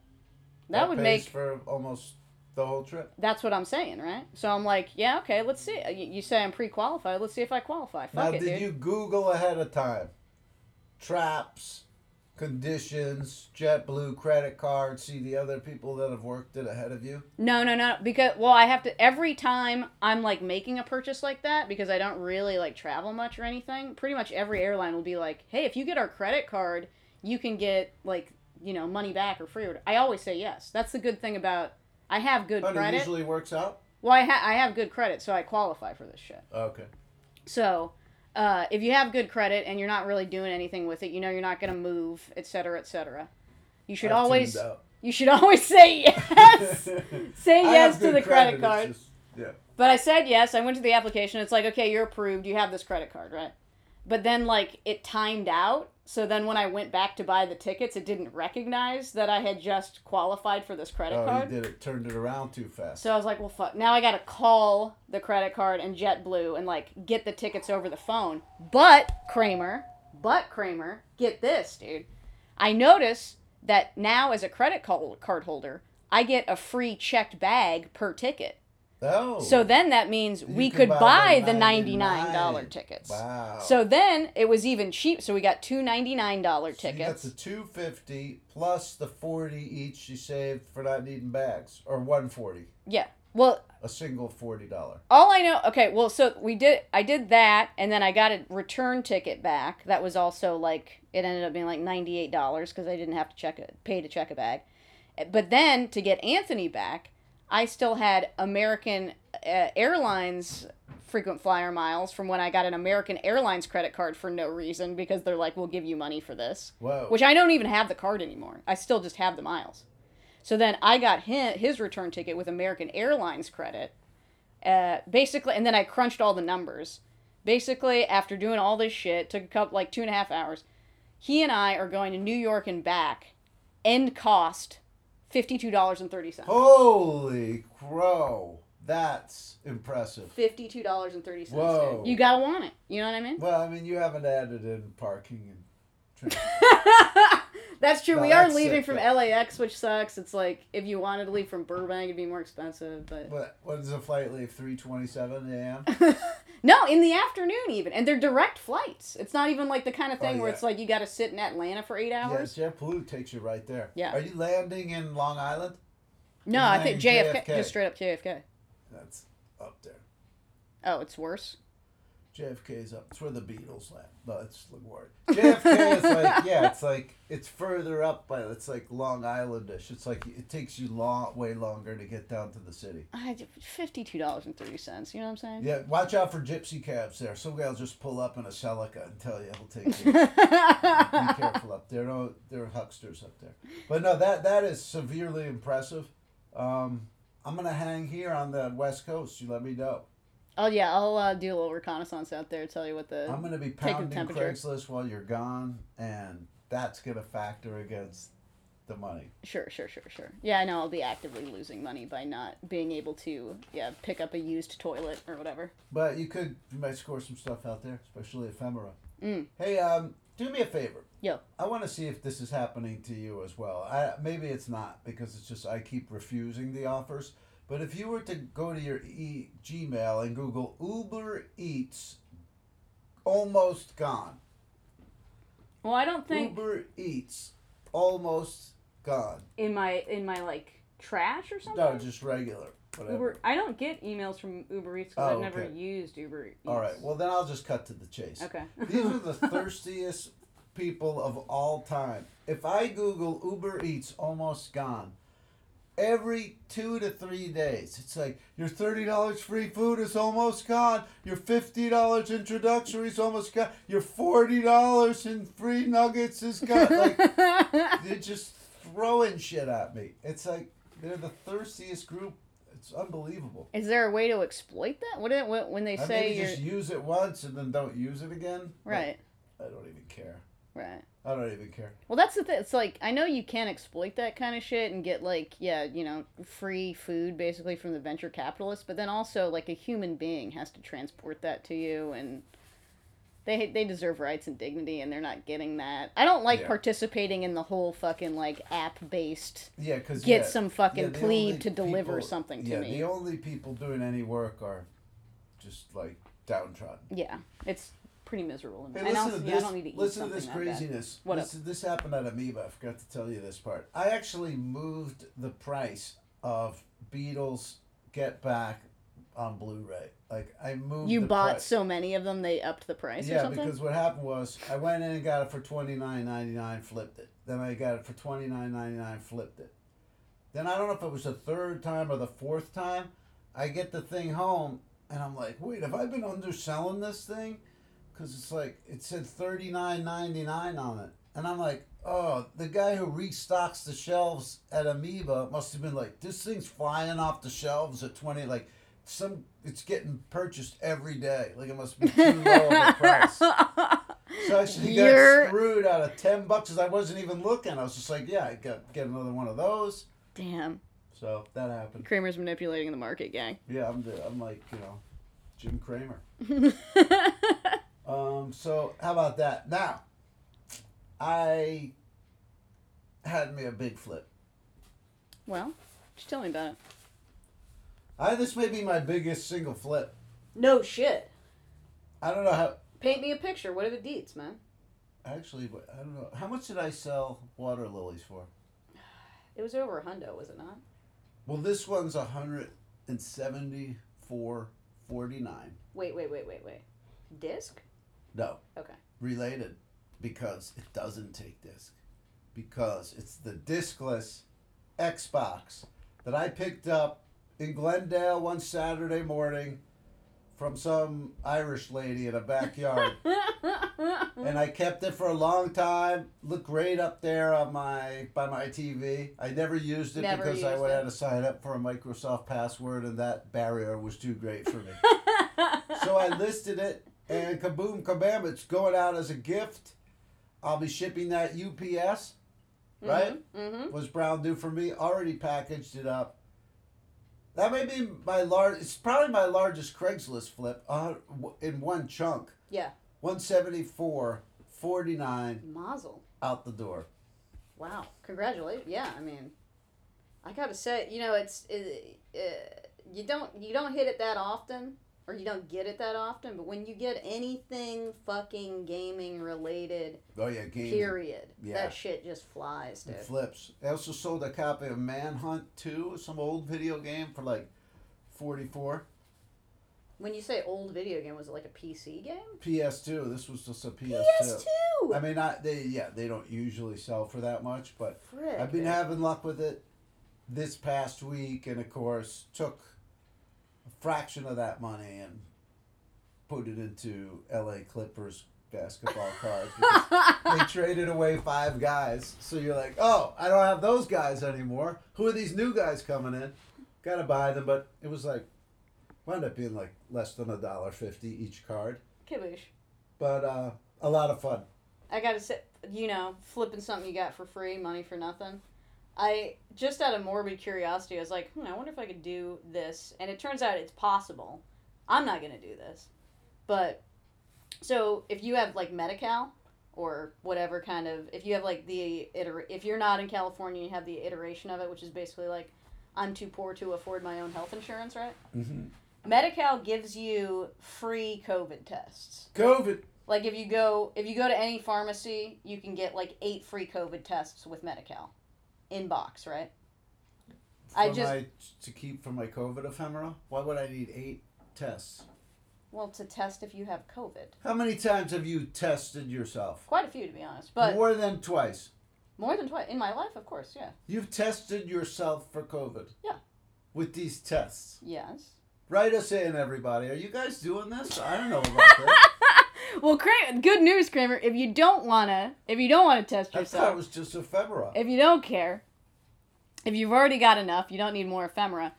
[SPEAKER 2] that, would
[SPEAKER 1] pays
[SPEAKER 2] make
[SPEAKER 1] for almost the whole trip.
[SPEAKER 2] that's what I'm saying, right? So I'm like, yeah, okay, let's see. You you say I'm pre-qualified. Let's see if I qualify. Fuck
[SPEAKER 1] now,
[SPEAKER 2] it,
[SPEAKER 1] did
[SPEAKER 2] dude.
[SPEAKER 1] you Google ahead of time? Traps, conditions, JetBlue credit card. See the other people that have worked it ahead of you.
[SPEAKER 2] No, no, no. Because well, I have to every time I'm like making a purchase like that because I don't really like travel much or anything. Pretty much every airline will be like, "Hey, if you get our credit card, you can get like you know money back or free." Order. I always say yes. That's the good thing about I have good
[SPEAKER 1] And it
[SPEAKER 2] credit.
[SPEAKER 1] usually works out.
[SPEAKER 2] Well, I, ha- I have good credit, so I qualify for this shit.
[SPEAKER 1] Okay.
[SPEAKER 2] So, uh, if you have good credit and you're not really doing anything with it, you know you're not gonna move, et cetera, et cetera. You should
[SPEAKER 1] I tuned
[SPEAKER 2] always
[SPEAKER 1] out.
[SPEAKER 2] you should [laughs] always say [laughs] yes. say
[SPEAKER 1] [laughs] I have
[SPEAKER 2] yes to
[SPEAKER 1] good
[SPEAKER 2] the credit,
[SPEAKER 1] it's
[SPEAKER 2] card.
[SPEAKER 1] just- yeah.
[SPEAKER 2] But I said yes. I went to the application. It's like, okay, you're approved. You have this credit card, right? But then, like, it timed out. So then, when I went back to buy the tickets, it didn't recognize that I had just qualified for this credit
[SPEAKER 1] Oh, you
[SPEAKER 2] card.
[SPEAKER 1] did it. Turned it around too fast.
[SPEAKER 2] So I was like, well, fuck. Now I got to call the credit card and JetBlue and, like, get the tickets over the phone. But, Kramer, but, Kramer, get this, dude. I notice that now, as a credit col- card holder, I get a free checked bag per ticket.
[SPEAKER 1] oh.
[SPEAKER 2] So then that means we
[SPEAKER 1] can
[SPEAKER 2] could
[SPEAKER 1] buy
[SPEAKER 2] buy,
[SPEAKER 1] the
[SPEAKER 2] the
[SPEAKER 1] $99
[SPEAKER 2] ninety-nine dollar tickets.
[SPEAKER 1] Wow.
[SPEAKER 2] So then it was even cheap. So we got two ninety-nine dollar tickets.
[SPEAKER 1] That's the two fifty plus the forty each you saved for not needing bags, or one forty,
[SPEAKER 2] yeah. Well,
[SPEAKER 1] a single forty dollar.
[SPEAKER 2] all I know. Okay. Well, so we did. I did that, and then I got a return ticket back. That was also like it ended up being like ninety-eight dollars because I didn't have to check it, pay to check a bag. Eh, But then to get Anthony back, I still had American uh, Airlines frequent flyer miles from when I got an American Airlines credit card for no reason because they're like, we'll give you money for this.
[SPEAKER 1] Whoa.
[SPEAKER 2] Which I don't even have the card anymore. I still just have the miles. So then I got him, his return ticket with American Airlines credit. Uh, basically, and then I crunched all the numbers. Basically, after doing all this shit, took a couple, like two and a half hours. He and I are going to New York and back. End cost fifty-two dollars and thirty cents.
[SPEAKER 1] Holy crow! That's impressive.
[SPEAKER 2] Fifty-two dollars and thirty cents.
[SPEAKER 1] Whoa.
[SPEAKER 2] You gotta want it. You know what I mean?
[SPEAKER 1] Well, I mean, you haven't added in parking and.
[SPEAKER 2] That's true.
[SPEAKER 1] No,
[SPEAKER 2] we are
[SPEAKER 1] that's
[SPEAKER 2] leaving
[SPEAKER 1] sick,
[SPEAKER 2] from
[SPEAKER 1] though.
[SPEAKER 2] LAX, which sucks. It's like if you wanted to leave from Burbank, it'd be more expensive. But
[SPEAKER 1] What? What does the flight leave? Three twenty-seven a.m.
[SPEAKER 2] no, in the afternoon even, and they're direct flights. It's not even like the kind of thing where
[SPEAKER 1] Oh, yeah.
[SPEAKER 2] it's like you got to sit in Atlanta for eight
[SPEAKER 1] yeah,
[SPEAKER 2] [laughs] hours.
[SPEAKER 1] JetBlue takes you right there.
[SPEAKER 2] Yeah.
[SPEAKER 1] Are you landing in Long Island?
[SPEAKER 2] no, I think
[SPEAKER 1] Nine
[SPEAKER 2] JFK,
[SPEAKER 1] JFK.
[SPEAKER 2] just straight up JFK.
[SPEAKER 1] That's up there.
[SPEAKER 2] Oh, it's worse.
[SPEAKER 1] JFK is up. It's where the Beatles land. No, it's LaGuardia. JFK is like yeah, it's like it's further up, but it's like Long Islandish. It's like it takes you long, way longer to get down to the city.
[SPEAKER 2] I fifty-two dollars and thirty cents. You know what I'm saying?
[SPEAKER 1] Yeah, watch out for gypsy cabs there. Some guy'll just pull up in a Celica and tell you he'll take you. Be careful up there. No, there are hucksters up there. But no, that that is severely impressive. Um, I'm gonna hang here on the West Coast. You let me know.
[SPEAKER 2] Oh yeah, I'll uh, do a little reconnaissance out there. Tell you what the
[SPEAKER 1] I'm gonna be
[SPEAKER 2] the
[SPEAKER 1] pounding
[SPEAKER 2] temperature.
[SPEAKER 1] Craigslist while you're gone, and that's gonna factor against the money.
[SPEAKER 2] sure, sure, sure, sure. Yeah, I know I'll be actively losing money by not being able to yeah pick up a used toilet or whatever.
[SPEAKER 1] But you could, you might score some stuff out there, especially ephemera.
[SPEAKER 2] Mm.
[SPEAKER 1] Hey, um, do me a favor.
[SPEAKER 2] Yo,
[SPEAKER 1] I want to see if this is happening to you as well. I maybe it's not because it's just I keep refusing the offers. But if you were to go to your e- Gmail and Google Uber Eats, almost gone.
[SPEAKER 2] well I don't think
[SPEAKER 1] Uber Eats, almost gone.
[SPEAKER 2] in my in my like trash or something.
[SPEAKER 1] No, just regular. Whatever.
[SPEAKER 2] Oh, Uber. I don't get emails from Uber Eats because
[SPEAKER 1] Oh,
[SPEAKER 2] I've never
[SPEAKER 1] okay.
[SPEAKER 2] used Uber Eats.
[SPEAKER 1] All right. Well, then I'll just cut to the chase.
[SPEAKER 2] Okay.
[SPEAKER 1] [laughs] These are the thirstiest people of all time. If I Google Uber Eats almost gone, every two to three days, it's like your thirty dollars free food is almost gone. Your fifty dollars introductory is almost gone. Your forty dollars in free nuggets is gone. Like they're just throwing shit at me. It's like they're the thirstiest group. It's unbelievable.
[SPEAKER 2] Is there a way to exploit that? What, it- what when they
[SPEAKER 1] I
[SPEAKER 2] say
[SPEAKER 1] maybe
[SPEAKER 2] you're
[SPEAKER 1] just use it once and then don't use it again. but
[SPEAKER 2] right,
[SPEAKER 1] I don't even care.
[SPEAKER 2] right?
[SPEAKER 1] I don't even care.
[SPEAKER 2] Well, that's the thing. It's like I know you can exploit that kind of shit and get like yeah, you know, free food basically from the venture capitalists, but then also like a human being has to transport that to you and they they deserve rights and dignity and they're not getting that. I don't like
[SPEAKER 1] Yeah.
[SPEAKER 2] participating in the whole fucking like app-based
[SPEAKER 1] Yeah, because
[SPEAKER 2] Get some fucking
[SPEAKER 1] the
[SPEAKER 2] plebe
[SPEAKER 1] only
[SPEAKER 2] to deliver something to
[SPEAKER 1] yeah,
[SPEAKER 2] me.
[SPEAKER 1] the only people doing any work are just like downtrodden.
[SPEAKER 2] yeah, it's pretty miserable. to me.
[SPEAKER 1] Hey,
[SPEAKER 2] and
[SPEAKER 1] listen
[SPEAKER 2] also,
[SPEAKER 1] to this.
[SPEAKER 2] yeah, I don't need to eat
[SPEAKER 1] listen to
[SPEAKER 2] something
[SPEAKER 1] this
[SPEAKER 2] that bad.
[SPEAKER 1] craziness.
[SPEAKER 2] What
[SPEAKER 1] Listen- this happened at Amoeba. I forgot to tell you this part. I actually moved the price of Beatles Get Back on Blu-ray. Like I moved.
[SPEAKER 2] You
[SPEAKER 1] Oh, the
[SPEAKER 2] bought
[SPEAKER 1] price.
[SPEAKER 2] so many of them they upped the price or
[SPEAKER 1] Yeah,
[SPEAKER 2] something?
[SPEAKER 1] because what happened was I went in and got it for twenty nine ninety nine, flipped it. Then I got it for twenty nine ninety nine, flipped it. Then I don't know if it was the third time or the fourth time. I get the thing home and I'm like, wait, have I been underselling this thing? Because it's like it said thirty nine ninety nine on it, and I'm like, oh, the guy who restocks the shelves at Amoeba must have been like, this thing's flying off the shelves at twenty, like. Some it's getting purchased every day. Like it must be too low of a price. So I actually
[SPEAKER 2] You're-
[SPEAKER 1] got screwed out of ten bucks because I wasn't even looking. I was just like, yeah, I got get another one of those.
[SPEAKER 2] [laughs] Damn.
[SPEAKER 1] So that happened.
[SPEAKER 2] Kramer's manipulating the market, gang.
[SPEAKER 1] Yeah, I'm the, I'm like you know, Jim Kramer. um. So how about that? Now, I had me a big flip.
[SPEAKER 2] Well, just tell me about it.
[SPEAKER 1] I this may be my biggest single flip.
[SPEAKER 2] No shit.
[SPEAKER 1] I don't know how.
[SPEAKER 2] Paint me a picture. What are the deets, man?
[SPEAKER 1] Actually, I don't know how much did I sell water lilies for.
[SPEAKER 2] It was over a hundo, was it not?
[SPEAKER 1] Well, this one's a hundred and seventy four forty nine.
[SPEAKER 2] Wait, wait, wait, wait, wait. Disc?
[SPEAKER 1] No,
[SPEAKER 2] Okay.
[SPEAKER 1] related because it doesn't take disc because it's the discless Xbox that I picked up in Glendale one Saturday morning from some Irish lady in a
[SPEAKER 2] [laughs]
[SPEAKER 1] backyard. and I kept it for a long time. Looked great up there on my by my TV. I never used it
[SPEAKER 2] Never
[SPEAKER 1] because I
[SPEAKER 2] used
[SPEAKER 1] would
[SPEAKER 2] it.
[SPEAKER 1] had to sign up for a Microsoft password and that barrier was too great for
[SPEAKER 2] [laughs]
[SPEAKER 1] me. so I listed it and kaboom kabam it's going out as a gift. I'll be shipping that UPS, right?
[SPEAKER 2] Mm-hmm.
[SPEAKER 1] was Brown do for me? Already packaged it up. That may be my large. It's probably my largest Craigslist flip uh, w- in one chunk.
[SPEAKER 2] Yeah.
[SPEAKER 1] 174, 49
[SPEAKER 2] Mazel.
[SPEAKER 1] out the door.
[SPEAKER 2] Wow. Congratulations. Yeah, I mean, I gotta say, you know, it's it, uh, you don't you don't hit it that often, or you don't get it that often. But when you get anything fucking gaming related,
[SPEAKER 1] Oh yeah, game
[SPEAKER 2] period,
[SPEAKER 1] Yeah.
[SPEAKER 2] that shit just flies, dude.
[SPEAKER 1] flips. I also sold a copy of Manhunt 2, some old video game for like 44.
[SPEAKER 2] When you say old video game, was it like a PC game?
[SPEAKER 1] PS2. This was just a PS2.
[SPEAKER 2] Yes, too.
[SPEAKER 1] I mean, not they. Yeah, they don't usually sell for that much, but
[SPEAKER 2] Frick,
[SPEAKER 1] I've been
[SPEAKER 2] dude.
[SPEAKER 1] having luck with it this past week, and of course took a fraction of that money and put it into L.A. Clippers basketball cards. because they traded away five guys, so you're like, oh, I don't have those guys anymore. Who are these new guys coming in? Gotta buy them, but it was like, wound up being like less than a dollar fifty each card,
[SPEAKER 2] Kibbush.
[SPEAKER 1] but uh, a lot of fun.
[SPEAKER 2] I gotta say, you know, flipping something you got for free, money for nothing. I just out of morbid curiosity, I was like, hmm, I wonder if I could do this. And it turns out it's possible. I'm not gonna do this, but so if you have like Medi-Cal or whatever kind of, if you have like the iter, if you're not in California, you have the iteration of it, which is basically like, I'm too poor to afford my own health insurance, right?
[SPEAKER 1] Mm-hmm.
[SPEAKER 2] Medi-Cal gives you free COVID tests.
[SPEAKER 1] COVID.
[SPEAKER 2] Like if you go if you go to any pharmacy, you can get like eight free COVID tests with Medi-Cal, in box, right?
[SPEAKER 1] For
[SPEAKER 2] I just-
[SPEAKER 1] my, to keep from my COVID ephemera. Why would I need eight tests?
[SPEAKER 2] Well, to test if you have COVID.
[SPEAKER 1] How many times have you tested yourself?
[SPEAKER 2] Quite a few, to be honest, but more,
[SPEAKER 1] More than twice.
[SPEAKER 2] than twice in my life, of course, yeah,
[SPEAKER 1] You've tested yourself for COVID.
[SPEAKER 2] Yeah.
[SPEAKER 1] With these tests.
[SPEAKER 2] yes.
[SPEAKER 1] Write us in, everybody. Are you guys doing this? I don't know
[SPEAKER 2] [laughs]
[SPEAKER 1] about that.
[SPEAKER 2] Well, Kramer, good news, Kramer. If you don't wanna, if you don't wanna test
[SPEAKER 1] I thought it was just ephemera.
[SPEAKER 2] if you don't care, if you've already got enough, you don't need more ephemera.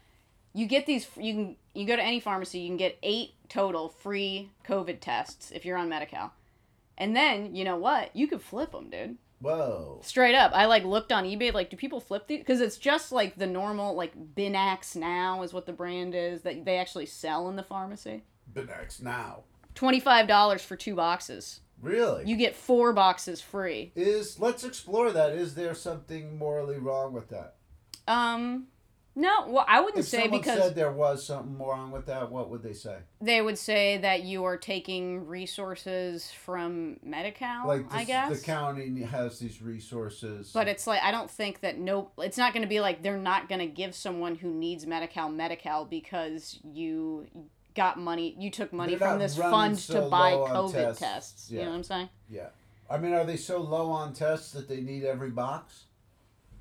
[SPEAKER 2] You get these. You can you go to any pharmacy. You can get eight total free COVID tests if you're on Medi-Cal, and then you know what? You could flip them, dude.
[SPEAKER 1] Whoa.
[SPEAKER 2] Straight up, I like looked on eBay. Like, do people flip these? Because it's just like the normal like Binax now is what the brand is that they actually sell in the pharmacy.
[SPEAKER 1] Benex now.
[SPEAKER 2] Twenty five dollars for two boxes.
[SPEAKER 1] Really?
[SPEAKER 2] You get four boxes free.
[SPEAKER 1] is let's explore that. Is there something morally wrong with that?
[SPEAKER 2] Um, no, well, I wouldn't
[SPEAKER 1] If
[SPEAKER 2] say
[SPEAKER 1] someone
[SPEAKER 2] because
[SPEAKER 1] said there was something wrong with that, what would they say?
[SPEAKER 2] they would say that you are taking resources from Medi-Cal,
[SPEAKER 1] Like
[SPEAKER 2] Oh, I
[SPEAKER 1] this-
[SPEAKER 2] guess.
[SPEAKER 1] the county has these resources.
[SPEAKER 2] but it's like I don't think that no, it's not going to be like they're not going to give someone who needs Medi-Cal Medi-Cal because you got money, you took money
[SPEAKER 1] They're not
[SPEAKER 2] from this
[SPEAKER 1] running
[SPEAKER 2] fund
[SPEAKER 1] so
[SPEAKER 2] to buy
[SPEAKER 1] low on
[SPEAKER 2] COVID tests.
[SPEAKER 1] tests.
[SPEAKER 2] You know
[SPEAKER 1] Yeah.
[SPEAKER 2] what I'm saying?
[SPEAKER 1] yeah. I mean, are they so low on tests that they need every box?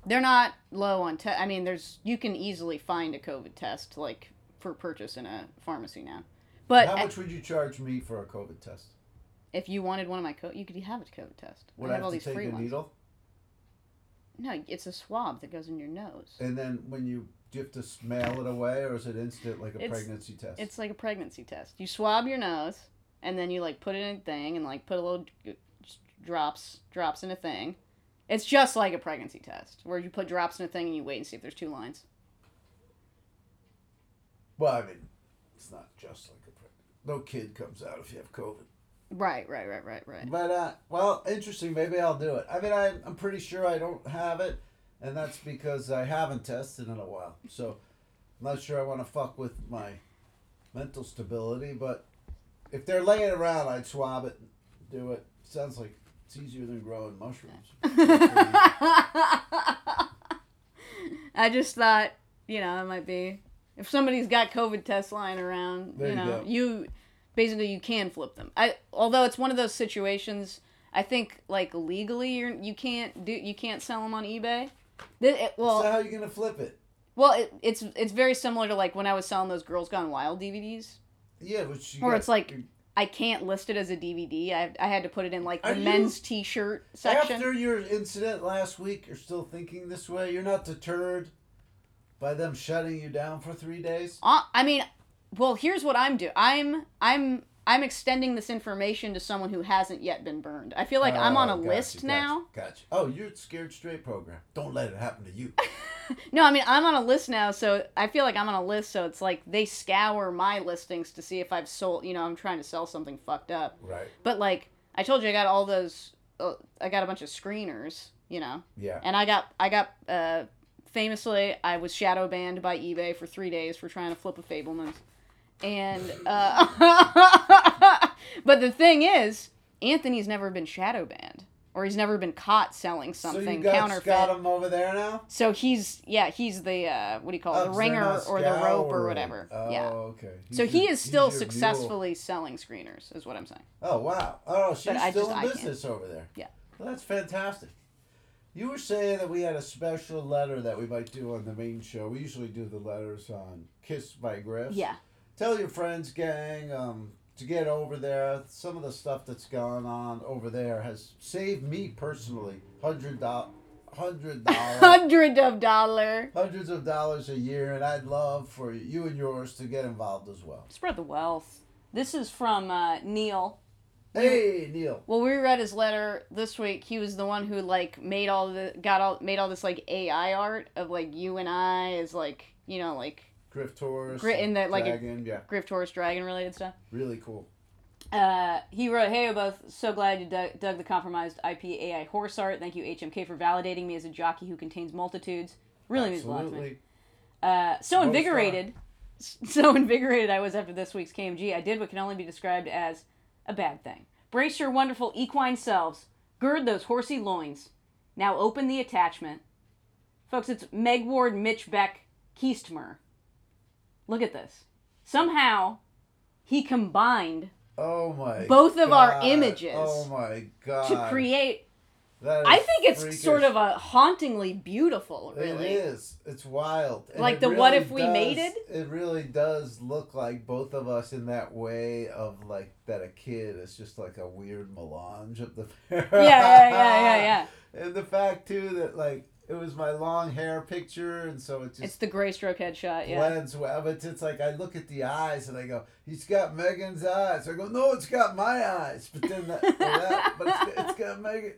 [SPEAKER 2] They're not low on test. I mean, there's you can easily find a COVID test like for purchase in a pharmacy now. But
[SPEAKER 1] How
[SPEAKER 2] at-
[SPEAKER 1] much would you charge me for a COVID test?
[SPEAKER 2] if you wanted one of my co, you could have a COVID test.
[SPEAKER 1] Would
[SPEAKER 2] I
[SPEAKER 1] I
[SPEAKER 2] have
[SPEAKER 1] have
[SPEAKER 2] all
[SPEAKER 1] to
[SPEAKER 2] these
[SPEAKER 1] take
[SPEAKER 2] free
[SPEAKER 1] a
[SPEAKER 2] ones.
[SPEAKER 1] needle?
[SPEAKER 2] No, it's a swab that goes in your nose.
[SPEAKER 1] And then when you do you have to mail it away, or is it instant like a
[SPEAKER 2] It's-
[SPEAKER 1] pregnancy test?
[SPEAKER 2] It's like a pregnancy test. You swab your nose, and then you like put it in a thing, and like put a little d- drops drops in a thing. It's just like a pregnancy test where you put drops in a thing and you wait and see if there's two lines.
[SPEAKER 1] well, I mean, it's not just like a pregnancy. No kid comes out if you have COVID.
[SPEAKER 2] Right, right, right, right, right.
[SPEAKER 1] But uh, well, interesting. Maybe I'll do it. I mean, I, I'm pretty sure I don't have it, and that's because I haven't tested in a while. So I'm not sure I want to fuck with my mental stability. But if they're laying around, I'd swab it, and do it. Sounds like it's easier than growing
[SPEAKER 2] [laughs]
[SPEAKER 1] mushrooms.
[SPEAKER 2] [laughs] I just thought, you know, it might be if somebody's got COVID tests lying around,
[SPEAKER 1] There
[SPEAKER 2] you
[SPEAKER 1] you
[SPEAKER 2] know,
[SPEAKER 1] go.
[SPEAKER 2] you basically you can flip them. I although it's one of those situations, I think like legally you're, you can't do you can't sell them on eBay. Th- it- well,
[SPEAKER 1] so how are you gonna flip it?
[SPEAKER 2] well, it, it's it's very similar to like when I was selling those Girls Gone Wild DVDs.
[SPEAKER 1] Yeah, which you
[SPEAKER 2] Or
[SPEAKER 1] got-
[SPEAKER 2] it's like I can't list it as a DVD. I, I had to put it in like the
[SPEAKER 1] Are you-
[SPEAKER 2] men's T-shirt section.
[SPEAKER 1] After your incident last week, you're still thinking this way. You're not deterred by them shutting you down for three days.
[SPEAKER 2] Uh, I mean, well, here's what I'm doing. I'm I'm I'm extending this information to someone who hasn't yet been burned. I feel like I'm on a
[SPEAKER 1] Oh, gotcha,
[SPEAKER 2] list
[SPEAKER 1] gotcha,
[SPEAKER 2] now.
[SPEAKER 1] Gotcha. Oh, you're scared straight program. Don't let it happen to
[SPEAKER 2] [laughs]
[SPEAKER 1] you.
[SPEAKER 2] No, I mean I'm on a list now, so I feel like I'm on a list. So it's like they scour my listings to see if I've sold. You know, I'm trying to sell something fucked up.
[SPEAKER 1] right.
[SPEAKER 2] But like I told you, I got all those. Uh, I got a bunch of screeners. You know,
[SPEAKER 1] Yeah.
[SPEAKER 2] and I got I got uh, famously I was shadow banned by eBay for three days for trying to flip a Fableman's, and uh, [laughs] but the thing is, Anthony's never been shadow banned or he's never been caught selling
[SPEAKER 1] So
[SPEAKER 2] something
[SPEAKER 1] you got
[SPEAKER 2] counterfeit.
[SPEAKER 1] Scottum over there now?
[SPEAKER 2] So he's yeah he's the uh, what do you call it the
[SPEAKER 1] Oh, so they're
[SPEAKER 2] ringer
[SPEAKER 1] not
[SPEAKER 2] or the rope or
[SPEAKER 1] scouring.
[SPEAKER 2] whatever
[SPEAKER 1] Oh,
[SPEAKER 2] yeah.
[SPEAKER 1] okay. He's
[SPEAKER 2] So he
[SPEAKER 1] your-
[SPEAKER 2] is still
[SPEAKER 1] he's your mule.
[SPEAKER 2] successfully selling screeners, is what I'm saying.
[SPEAKER 1] Oh wow! Oh, she's
[SPEAKER 2] I
[SPEAKER 1] still
[SPEAKER 2] just- I
[SPEAKER 1] in
[SPEAKER 2] can't.
[SPEAKER 1] business over there.
[SPEAKER 2] Yeah.
[SPEAKER 1] Well, that's fantastic. You were saying that we had a special letter that we might do on the main show. We usually do the letters on Kiss by Griffs.
[SPEAKER 2] Yeah.
[SPEAKER 1] Tell your friends, gang. Um, to get over there. Some of the stuff that's gone on over there has saved me personally hundred dollars, hundred
[SPEAKER 2] [laughs]
[SPEAKER 1] dollars,
[SPEAKER 2] Hundred of dollar.
[SPEAKER 1] hundreds of dollars a year, and I'd love for you and yours to get involved as well.
[SPEAKER 2] Spread the wealth. This is from uh, Neil.
[SPEAKER 1] Hey, Neil.
[SPEAKER 2] Well, we read his letter this week. He was the one who like made all the got all made all this like AI art of like you and I is like you know like
[SPEAKER 1] Griftorus.
[SPEAKER 2] Gri- in that, like, a-
[SPEAKER 1] dragon, yeah,
[SPEAKER 2] Griff Taurus dragon related stuff.
[SPEAKER 1] really cool.
[SPEAKER 2] Uh, he wrote, "Hey, both so glad you dug, dug the compromised IP AI horse art. Thank you HMK for validating me as a jockey who contains multitudes. Really means a lot to me.
[SPEAKER 1] Absolutely.
[SPEAKER 2] Uh, so
[SPEAKER 1] Most
[SPEAKER 2] invigorated, [laughs] so invigorated I was after this week's KMG. I did what can only be described as a bad thing. Brace your wonderful equine selves. Gird those horsey loins. Now open the attachment, folks. It's Meg Ward, Mitch Beck, Keistmer. Look at this. Somehow, he combined
[SPEAKER 1] Oh my.
[SPEAKER 2] Both of our
[SPEAKER 1] God.
[SPEAKER 2] images
[SPEAKER 1] Oh my god.
[SPEAKER 2] to create.
[SPEAKER 1] That
[SPEAKER 2] I
[SPEAKER 1] is
[SPEAKER 2] think it's
[SPEAKER 1] freakish.
[SPEAKER 2] sort of a hauntingly beautiful, really.
[SPEAKER 1] It is. It's wild. And
[SPEAKER 2] Like
[SPEAKER 1] it
[SPEAKER 2] the what if we made
[SPEAKER 1] does-
[SPEAKER 2] it?
[SPEAKER 1] It really does look like both of us in that way of like that a kid is just like a weird melange of the [laughs] pair.
[SPEAKER 2] Yeah, yeah, yeah, yeah,
[SPEAKER 1] [laughs]
[SPEAKER 2] yeah.
[SPEAKER 1] And the fact too that like it was my long hair picture, and so it
[SPEAKER 2] It's
[SPEAKER 1] just
[SPEAKER 2] the gray stroke headshot. Yeah.
[SPEAKER 1] blends well. But it's like I look at the eyes and I go, "He's got Megan's eyes." I go, "No, it's got my eyes." But then that, that but it's, it's got Megan.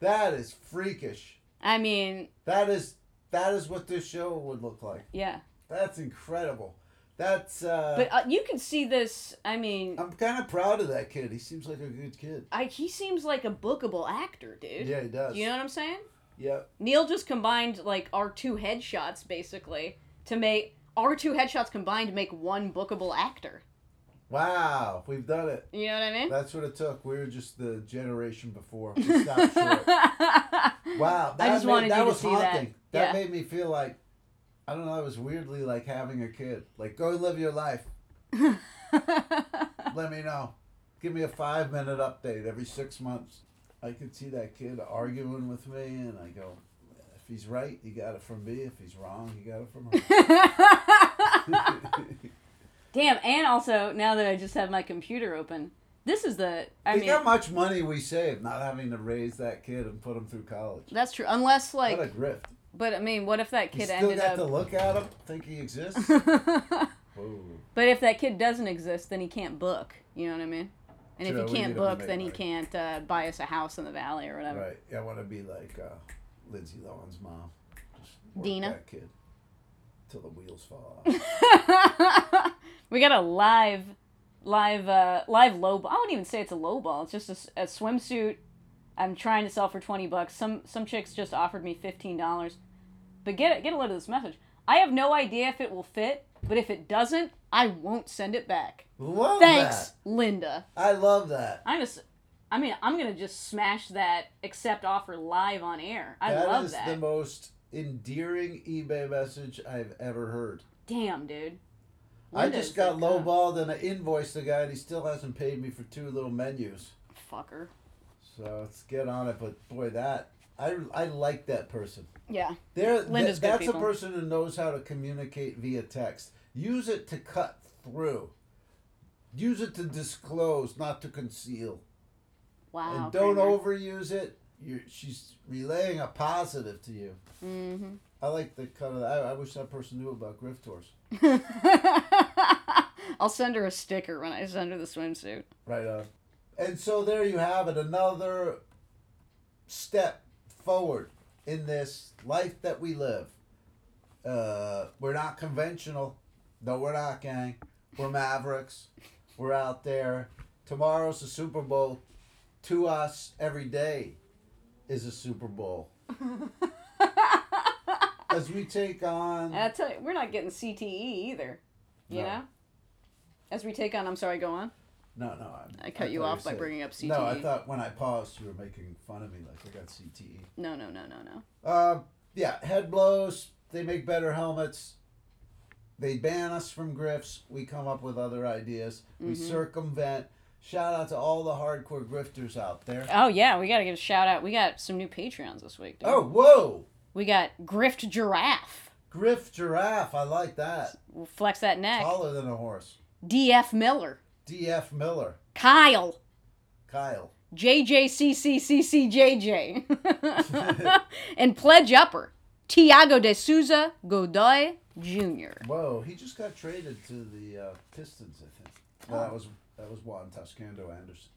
[SPEAKER 1] That is freakish.
[SPEAKER 2] I mean,
[SPEAKER 1] That is that is what this show would look like.
[SPEAKER 2] yeah.
[SPEAKER 1] That's incredible. That's uh
[SPEAKER 2] But uh, you can see this. I mean,
[SPEAKER 1] I'm kind of proud of that kid. He seems like a good kid.
[SPEAKER 2] I, he seems like a bookable actor, dude.
[SPEAKER 1] Yeah, he does.
[SPEAKER 2] You know what I'm saying?
[SPEAKER 1] Yep.
[SPEAKER 2] Neil just combined like our two headshots basically to make our two headshots combined to make one bookable actor.
[SPEAKER 1] Wow, we've done it.
[SPEAKER 2] You know what I mean?
[SPEAKER 1] That's what it took. We were just the generation before. We stopped short. Wow, that
[SPEAKER 2] just
[SPEAKER 1] made-
[SPEAKER 2] wanted
[SPEAKER 1] that
[SPEAKER 2] you to
[SPEAKER 1] was
[SPEAKER 2] see that.
[SPEAKER 1] haunting.
[SPEAKER 2] Yeah.
[SPEAKER 1] made me feel like I don't know. It was weirdly like having a kid. Like go live your
[SPEAKER 2] [laughs]
[SPEAKER 1] life. Let me know. Give me a five minute update every six months. I could see that kid arguing with me, and I go, if he's right, you got it from me. If he's wrong, you got it from her.
[SPEAKER 2] [laughs] Damn. And also, now that I just have my computer open, this is the. [laughs] I
[SPEAKER 1] Think
[SPEAKER 2] mean,
[SPEAKER 1] how much money we saved not having to raise that kid and put him through college.
[SPEAKER 2] that's true. Unless like,
[SPEAKER 1] What a grift.
[SPEAKER 2] but I mean, what if that
[SPEAKER 1] You
[SPEAKER 2] kid
[SPEAKER 1] still
[SPEAKER 2] ended
[SPEAKER 1] got to
[SPEAKER 2] up?
[SPEAKER 1] look at him, think he exists.
[SPEAKER 2] [laughs]
[SPEAKER 1] Whoa.
[SPEAKER 2] But if that kid doesn't exist, then he can't book. You know what I mean? And
[SPEAKER 1] True,
[SPEAKER 2] if
[SPEAKER 1] we need
[SPEAKER 2] he can't
[SPEAKER 1] him to
[SPEAKER 2] book,
[SPEAKER 1] make
[SPEAKER 2] then he
[SPEAKER 1] money.
[SPEAKER 2] can't uh, buy us a house in the valley or whatever.
[SPEAKER 1] Right. I want to be like uh, Lindsay Lohan's mom. Just work
[SPEAKER 2] Dina?
[SPEAKER 1] That kid. Till the wheels fall
[SPEAKER 2] [laughs]
[SPEAKER 1] off.
[SPEAKER 2] we got a live, live, uh, live low ball. I wouldn't even say it's a low ball. It's just a s- a, swimsuit. I'm trying to sell for twenty bucks. Some some chicks just offered me fifteen dollars. But get get a load of this message. I have no idea if it will fit, but if it doesn't, I won't send it back.
[SPEAKER 1] love
[SPEAKER 2] Thanks,
[SPEAKER 1] that.
[SPEAKER 2] Linda.
[SPEAKER 1] I love that.
[SPEAKER 2] I'm just. I mean, I'm gonna just smash that accept offer live on air. I
[SPEAKER 1] that
[SPEAKER 2] love
[SPEAKER 1] is
[SPEAKER 2] that.
[SPEAKER 1] the most endearing eBay message I've ever heard.
[SPEAKER 2] Damn, dude.
[SPEAKER 1] I
[SPEAKER 2] Linda
[SPEAKER 1] just
[SPEAKER 2] is
[SPEAKER 1] got
[SPEAKER 2] the cunt.
[SPEAKER 1] lowballed and I invoiced the guy and he still hasn't paid me for two little menus.
[SPEAKER 2] Fucker.
[SPEAKER 1] So let's get on it. But boy, that I I like that person.
[SPEAKER 2] Yeah.
[SPEAKER 1] There,
[SPEAKER 2] Linda's
[SPEAKER 1] th-
[SPEAKER 2] good
[SPEAKER 1] that's a
[SPEAKER 2] people.
[SPEAKER 1] person who knows how to communicate via text. Use it to cut through. Use it to disclose, not to conceal.
[SPEAKER 2] Wow.
[SPEAKER 1] and don't
[SPEAKER 2] Kramer.
[SPEAKER 1] overuse it. You're, she's relaying a positive to you.
[SPEAKER 2] Mm-hmm.
[SPEAKER 1] I like the cut of that. I, I wish that person knew about Griftors.
[SPEAKER 2] [laughs] I'll send her a sticker when I send her the swimsuit.
[SPEAKER 1] Right on. And so there you have it, another step forward in this life that we live. Uh, we're not conventional. No, we're not, gang. We're mavericks. We're out there. Tomorrow's the Super Bowl. To us, every day is a Super Bowl. [laughs] As we take on.
[SPEAKER 2] And I tell you, we're not getting CTE either. You
[SPEAKER 1] No.
[SPEAKER 2] know? As we take on, I'm sorry, go on.
[SPEAKER 1] No, no. I,
[SPEAKER 2] I cut you
[SPEAKER 1] thought
[SPEAKER 2] off by
[SPEAKER 1] said-
[SPEAKER 2] bringing up E.
[SPEAKER 1] No, I
[SPEAKER 2] CTE.
[SPEAKER 1] thought when I paused, you were making fun of me like I got E. CTE.
[SPEAKER 2] No, no, no, no, no.
[SPEAKER 1] Uh, yeah, head blows. They make better helmets. They ban us from grifts. We come up with other ideas. We circumvent. Shout out to all the hardcore grifters out there.
[SPEAKER 2] Oh, yeah, we got to give a shout out. We got some new Patreons this week, dude.
[SPEAKER 1] Oh, whoa!
[SPEAKER 2] We got Grift Giraffe.
[SPEAKER 1] Griff giraffe. I like that.
[SPEAKER 2] We'll flex that neck.
[SPEAKER 1] Taller than a horse.
[SPEAKER 2] DF Miller.
[SPEAKER 1] D.F. Miller,
[SPEAKER 2] Kyle.
[SPEAKER 1] Kyle.
[SPEAKER 2] JJCCCCJJ. [laughs] and Pledge Upper, Tiago de Souza Godoy Jr.
[SPEAKER 1] Whoa, he just got traded to the uh, Pistons, I think. Well, that was that was Juan Toscando Anderson.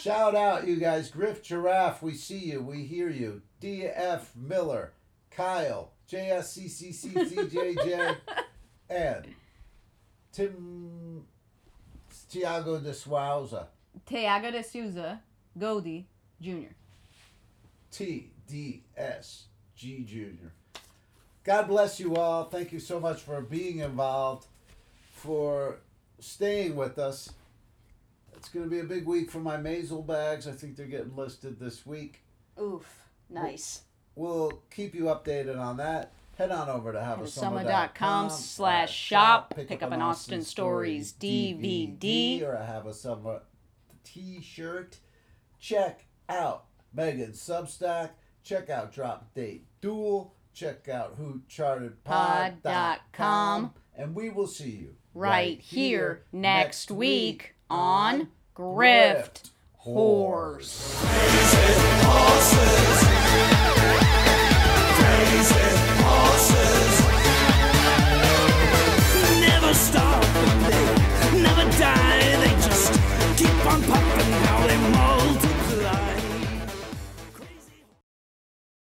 [SPEAKER 1] Shout out, you guys! Griff Giraffe, we see you, we hear you. D.F. Miller, Kyle, JSCCCCJJ, and Tim Tiago de Souza,
[SPEAKER 2] Tiago de Souza Godoy Jr.
[SPEAKER 1] T D S G Junior. God bless you all. Thank you so much for being involved, for staying with us. It's going to be a big week for my Maisel bags. I think they're getting listed this week.
[SPEAKER 2] Oof. Nice.
[SPEAKER 1] We'll keep you updated on that. Head on over to
[SPEAKER 2] Haveasummer.com
[SPEAKER 1] haveasummer.com
[SPEAKER 2] slash shop. Pick up an Austin Stories DVD.
[SPEAKER 1] or a Have a Summer t-shirt. Check out Megan's Substack. Check out Drop Date Duel. Check out Who Charted
[SPEAKER 2] Pod.com.
[SPEAKER 1] Pod.com. And we will see you
[SPEAKER 2] Right here next week on Grift Horse.
[SPEAKER 1] Horse.
[SPEAKER 3] Horses